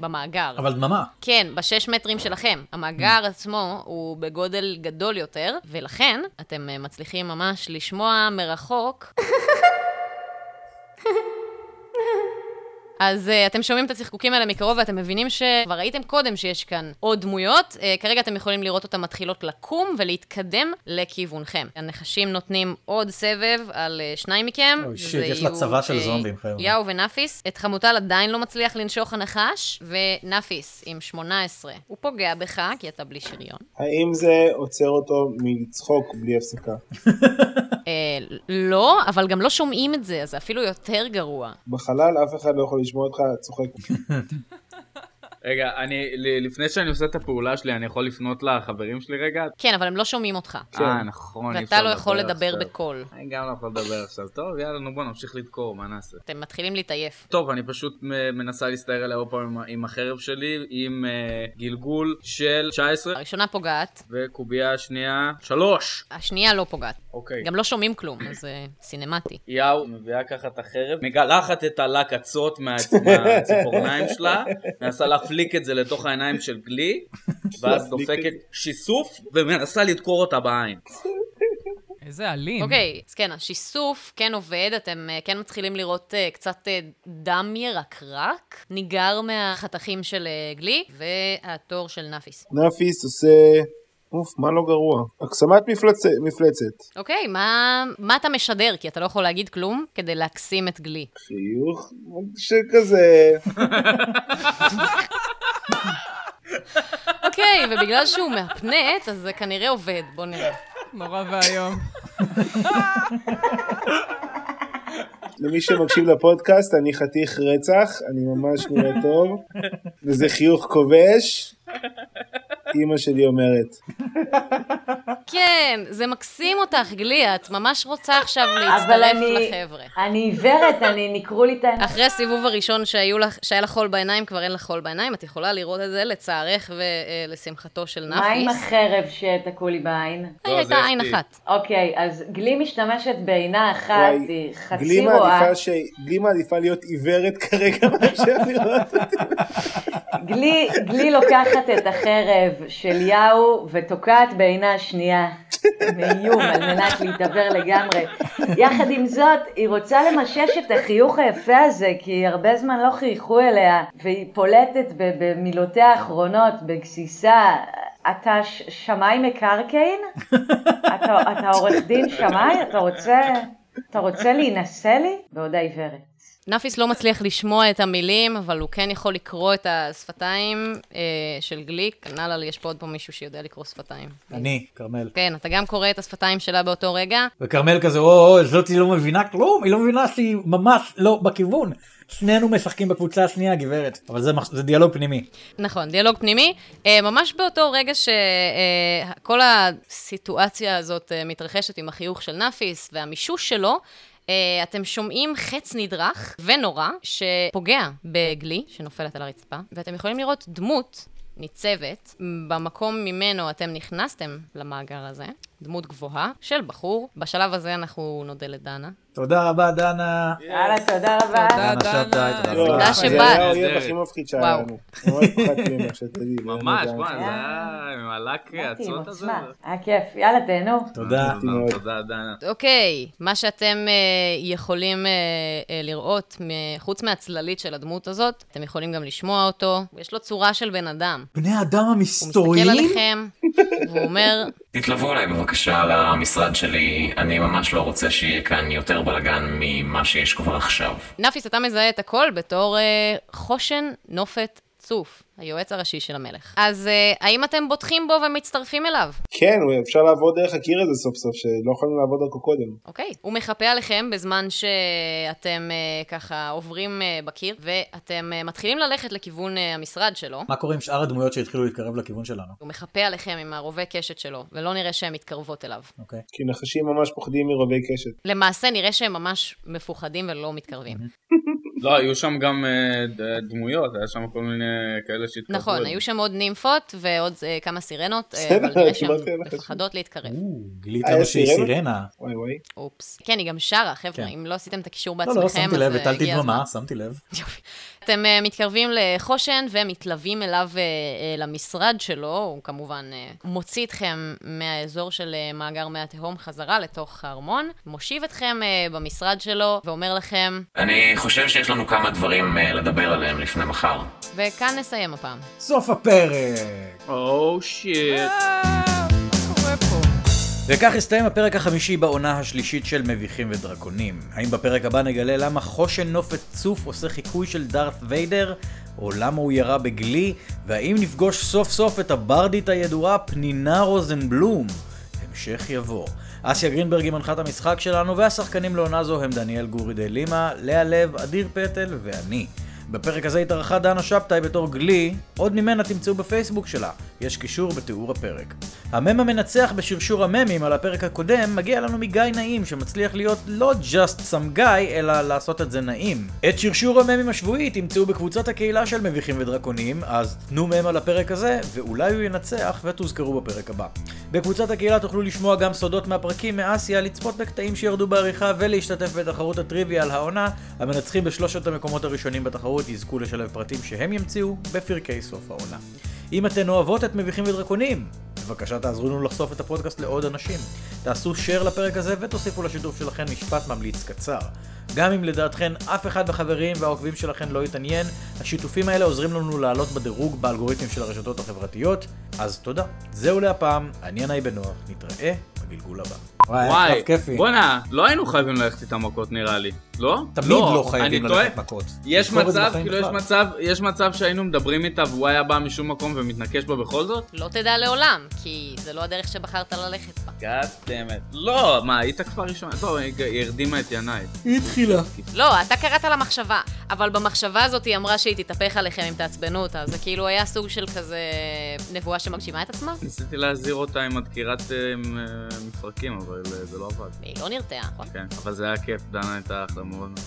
Speaker 1: במאגר.
Speaker 2: אבל דממה.
Speaker 1: כן, בשש מטרים שלכם. המאגר עצמו הוא בגודל גדול יותר, ולכן אתם אה, מצליחים ממש לשמוע מרחוק. אז uh, אתם שומעים את הצחקוקים האלה מקרוב ואתם מבינים שכבר ראיתם קודם שיש כאן עוד דמויות. Uh, כרגע אתם יכולים לראות אותן מתחילות לקום ולהתקדם לכיוונכם. הנחשים נותנים עוד סבב על uh, שניים מכם.
Speaker 2: אוי, שיט,
Speaker 1: זה
Speaker 2: יש לה
Speaker 1: יהיו,
Speaker 2: צבא של
Speaker 1: אה,
Speaker 2: זומבים, חבר'ה.
Speaker 1: יאו ונאפיס. את חמוטל עדיין לא מצליח לנשוך הנחש, ונאפיס עם 18. הוא פוגע בך, כי אתה בלי שריון.
Speaker 3: האם זה עוצר אותו מלצחוק בלי הפסקה?
Speaker 1: אה, לא, אבל גם לא שומעים את זה, אז זה אפילו יותר גרוע.
Speaker 3: בחלל אף אחד לא יכול לשמוע אותך צוחק.
Speaker 5: רגע, אני, ל- לפני שאני עושה את הפעולה שלי, אני יכול לפנות לחברים שלי רגע?
Speaker 1: כן, אבל הם לא שומעים אותך.
Speaker 5: אה, נכון, אי
Speaker 1: ואתה
Speaker 5: אפשר
Speaker 1: לא יכול לדבר
Speaker 5: עכשיו.
Speaker 1: בקול.
Speaker 5: אני גם לא יכול לדבר עכשיו. טוב, יאללה, נו בוא נמשיך לדקור, מה נעשה?
Speaker 1: אתם מתחילים להתעייף.
Speaker 5: טוב, אני פשוט מ- מנסה להסתער עליה עוד פעם עם, ה- עם החרב שלי, עם uh, גלגול של 19,
Speaker 1: הראשונה פוגעת,
Speaker 5: וקובייה שנייה, 3!
Speaker 1: השנייה לא פוגעת.
Speaker 5: אוקיי.
Speaker 1: גם לא שומעים כלום, אז זה סינמטי.
Speaker 5: יאו, מביאה ככה את החרב, מגלחת את הלקצות
Speaker 2: [LAUGHS]
Speaker 5: מה- מהציפורניים שלה, מנסה להפליק את זה לתוך העיניים של גלי, ואז
Speaker 3: להפליק
Speaker 5: דופקת שיסוף ומנסה לדקור אותה בעין.
Speaker 4: איזה אלים.
Speaker 1: אוקיי, אז כן, השיסוף כן עובד, אתם אה, כן מתחילים לראות אה, קצת אה, דם ירקרק, ניגר מהחתכים של אה, גלי, והתור של נאפיס.
Speaker 3: נאפיס עושה... אוף, מה לא גרוע. הקסמת מפלצ- מפלצת.
Speaker 1: אוקיי, מה, מה אתה משדר? כי אתה לא יכול להגיד כלום כדי להקסים את גלי.
Speaker 3: חיוך שכזה...
Speaker 1: אוקיי, ובגלל שהוא מהפנט, אז זה כנראה עובד, בוא נראה.
Speaker 4: נורא ואיום.
Speaker 3: למי שמקשיב לפודקאסט, אני חתיך רצח, אני ממש נראה טוב, וזה חיוך כובש, אימא שלי אומרת.
Speaker 1: כן, זה מקסים אותך, גליה, את ממש רוצה עכשיו להצטרף
Speaker 6: אני,
Speaker 1: לחבר'ה.
Speaker 6: אני עיוורת, אני, ניקרו לי את העיניים.
Speaker 1: אחרי הסיבוב הראשון שהיו לך, שהיה לך חול בעיניים, כבר אין לך חול בעיניים, את יכולה לראות את זה לצערך ולשמחתו של נפיס.
Speaker 6: מה עם החרב שתקעו לי בעין?
Speaker 1: היא
Speaker 7: לא,
Speaker 1: הייתה
Speaker 7: זה
Speaker 1: עין
Speaker 7: FT.
Speaker 1: אחת.
Speaker 6: אוקיי, אז גלי משתמשת בעינה אחת,
Speaker 3: וואי,
Speaker 6: היא
Speaker 3: גלי
Speaker 6: חצי רואה.
Speaker 3: מעדיפה ש... גלי מעדיפה להיות עיוורת כרגע [LAUGHS] מאשר לראות אותי.
Speaker 6: גלי, גלי לוקחת את החרב של יאו ותוקעת בעינה השנייה מאיום על מנת להתעוור לגמרי. יחד עם זאת, היא רוצה למשש את החיוך היפה הזה, כי הרבה זמן לא חייכו אליה, והיא פולטת ב- במילותיה האחרונות, בגסיסה. אתה ש- שמאי מקרקעין? אתה, אתה עורך דין שמאי? אתה רוצה, אתה רוצה להינשא לי? בעודה עיוורת.
Speaker 1: נפיס לא מצליח לשמוע את המילים, אבל הוא כן יכול לקרוא את השפתיים אה, של גליק. כנ"ל, על- יש פה עוד פה מישהו שיודע לקרוא שפתיים.
Speaker 2: אני, כרמל.
Speaker 1: כן, אתה גם קורא את השפתיים שלה באותו רגע.
Speaker 2: וכרמל כזה, או, או, זאתי לא מבינה כלום, היא לא מבינה שהיא ממש לא בכיוון. שנינו משחקים בקבוצה השנייה, גברת. אבל זה, מח- זה דיאלוג פנימי.
Speaker 1: נכון, דיאלוג פנימי. אה, ממש באותו רגע שכל הסיטואציה הזאת אה, מתרחשת עם החיוך של נפיס והמישוש שלו, אה, אתם שומעים חץ נדרך ונורא שפוגע בגלי, שנופלת על הרצפה, ואתם יכולים לראות דמות ניצבת במקום ממנו אתם נכנסתם למאגר הזה, דמות גבוהה של בחור. בשלב הזה אנחנו נודה לדנה.
Speaker 2: תודה רבה, דנה.
Speaker 6: יאללה, תודה רבה.
Speaker 2: דנה שבתאי,
Speaker 4: תודה,
Speaker 2: תודה
Speaker 4: דנה.
Speaker 5: לא
Speaker 2: רבה.
Speaker 1: תודה
Speaker 3: לא,
Speaker 5: נכון.
Speaker 3: זה
Speaker 1: שבאת.
Speaker 3: היה האויב הכי מפחיד שהיה
Speaker 1: וואו.
Speaker 3: לנו. ממש פחדתי ממך, שתדעי.
Speaker 5: ממש,
Speaker 3: זה היה
Speaker 5: מה, זה
Speaker 3: מפחיד.
Speaker 5: היה עם הלק
Speaker 6: באתי עם
Speaker 5: הצות הזה?
Speaker 6: עוצמה. היה כיף, יאללה תהנו.
Speaker 2: תודה.
Speaker 3: מאוד.
Speaker 5: אה, תודה, דנה.
Speaker 1: אוקיי, מה שאתם אה, יכולים אה, אה, לראות, מ- חוץ מהצללית של הדמות הזאת, אתם יכולים גם לשמוע אותו. יש לו צורה של בן אדם.
Speaker 2: בני האדם
Speaker 1: הוא מסתכל
Speaker 2: המסתוריים?
Speaker 1: עליכם, והוא אומר,
Speaker 8: תתלוו אליי בבקשה למשרד שלי, אני ממש לא רוצה שיהיה כאן יותר בלאגן ממה שיש כבר עכשיו.
Speaker 1: נפיס, אתה מזהה את הכל בתור אה, חושן נופת צוף, היועץ הראשי של המלך. אז אה, האם אתם בוטחים בו ומצטרפים אליו?
Speaker 3: כן, אפשר לעבור דרך הקיר הזה סוף סוף, שלא יכולנו לעבור דרכו קודם.
Speaker 1: אוקיי. הוא מחפה עליכם בזמן שאתם אה, ככה עוברים אה, בקיר, ואתם אה, מתחילים ללכת לכיוון אה, המשרד שלו.
Speaker 2: מה קורה עם שאר הדמויות שהתחילו להתקרב לכיוון שלנו?
Speaker 1: הוא מחפה עליכם עם הרובה קשת שלו, ולא נראה שהן מתקרבות אליו.
Speaker 2: אוקיי.
Speaker 3: כי נחשים ממש פוחדים מרובי קשת.
Speaker 1: למעשה נראה שהם ממש מפוחדים ולא מתקרבים.
Speaker 2: Mm-hmm.
Speaker 5: לא, היו שם גם אה, ד- דמויות, היה שם כל מיני כאלה שהתקרבו.
Speaker 1: נכון,
Speaker 5: אליי.
Speaker 1: היו שם עוד נימפות ועוד אה, כמה סירנות, אה,
Speaker 3: בסדר,
Speaker 1: אבל נראה שהן
Speaker 3: דיברתי על החשוב.
Speaker 1: מפחדות להתקרב.
Speaker 2: או, גילית
Speaker 3: אה,
Speaker 2: לנו
Speaker 3: יש
Speaker 2: שהיא
Speaker 3: סירנה?
Speaker 2: סירנה.
Speaker 3: וואי וואי.
Speaker 1: אופס. כן, היא גם שרה, חבר'ה,
Speaker 2: כן.
Speaker 1: אם לא עשיתם את הקישור
Speaker 2: לא,
Speaker 1: בעצמכם,
Speaker 2: לא, שמתי
Speaker 1: אז,
Speaker 2: לב,
Speaker 1: אה,
Speaker 2: הטלתי
Speaker 1: הגיע
Speaker 2: דממה, שמתי לב.
Speaker 1: יופי. אתם אה, מתקרבים לחושן ומתלווים אליו אה, אה, למשרד שלו, הוא כמובן אה, מוציא אתכם מהאזור של אה, מאגר מי התהום חזרה לתוך הארמון, מושיב אתכם אה, במשרד שלו ואומר לכם,
Speaker 8: אני חושב שיש לנו כמה דברים אה, לדבר עליהם לפני מחר.
Speaker 1: וכאן נסיים הפעם.
Speaker 2: סוף הפרק!
Speaker 5: או שיט.
Speaker 4: אה, מה קורה פה?
Speaker 2: וכך הסתיים הפרק החמישי בעונה השלישית של מביכים ודרקונים. האם בפרק הבא נגלה למה חושן נופת צוף עושה חיקוי של דארת ויידר, או למה הוא ירה בגלי, והאם נפגוש סוף סוף את הברדית הידועה פנינה רוזנבלום? המשך יבוא. אסיה גרינברג היא מנחת המשחק שלנו, והשחקנים לעונה זו הם דניאל גורי דה לימה, לאה לב, אדיר פטל ואני. בפרק הזה התארחה דנה שבתאי בתור גלי, עוד ממנה תמצאו בפייסבוק שלה, יש קישור בתיאור הפרק. המם המנצח בשרשור הממים על הפרק הקודם מגיע לנו מגיא נעים, שמצליח להיות לא just some guy, אלא לעשות את זה נעים. את שרשור הממים השבועי תמצאו בקבוצת הקהילה של מביכים ודרקונים, אז תנו מם על הפרק הזה, ואולי הוא ינצח ותוזכרו בפרק הבא. בקבוצת הקהילה תוכלו לשמוע גם סודות מהפרקים מאסיה, לצפות בקטעים שירדו בעריכה ולהשתתף בתחרות הטריוויה על העונה. המנצחים בשלושת המקומות הראשונים בתחרות יזכו לשלב פרטים שהם ימציאו בפרקי סוף העונה. אם אתן אוהבות את מביכים ודרקונים, בבקשה תעזרו לנו לחשוף את הפודקאסט לעוד אנשים. תעשו share לפרק הזה ותוסיפו לשיתוף שלכם משפט ממליץ קצר. גם אם לדעתכן אף אחד מהחברים והעוקבים שלכן לא יתעניין, השיתופים האלה עוזרים לנו לעלות בדירוג באלגוריתמים של הרשתות החברתיות, אז תודה. זהו להפעם, אני ינאי בנוח, נתראה בגלגול הבא. וואי, היה
Speaker 5: וואי,
Speaker 2: קרב אה, כיפי.
Speaker 5: בואנה, לא היינו חייבים ללכת איתם מכות נראה לי, לא?
Speaker 2: תמיד לא
Speaker 5: אני
Speaker 2: חייבים
Speaker 5: טועה?
Speaker 2: ללכת מכות.
Speaker 5: יש
Speaker 2: ביקורת
Speaker 5: מצב,
Speaker 2: בחיים
Speaker 5: כאילו יש
Speaker 2: בכלל.
Speaker 5: מצב, יש מצב שהיינו מדברים איתה והוא היה בא משום מקום ומתנקש בה בכל זאת?
Speaker 1: לא תדע לעולם, כי זה לא הדרך שבחרת ללכת בה.
Speaker 5: God damn it. לא, מה, היית כבר ראשונה? טוב, היא היא הרדימה את ינאי.
Speaker 2: היא התחילה.
Speaker 1: לא, אתה קראת לה מחשבה, אבל במחשבה הזאת היא אמרה שהיא תתהפך עליכם אם תעצבנו אותה. זה כאילו היה סוג של כזה נבואה שמגשימה את עצמה?
Speaker 5: ניסיתי להזהיר אותה עם הדקירת אה, עם, אה, מפרקים, אבל אה, זה לא עבד.
Speaker 1: והיא לא נרתעה, נכון?
Speaker 5: כן, אבל זה היה כיף, דנה הייתה אחלה מאוד.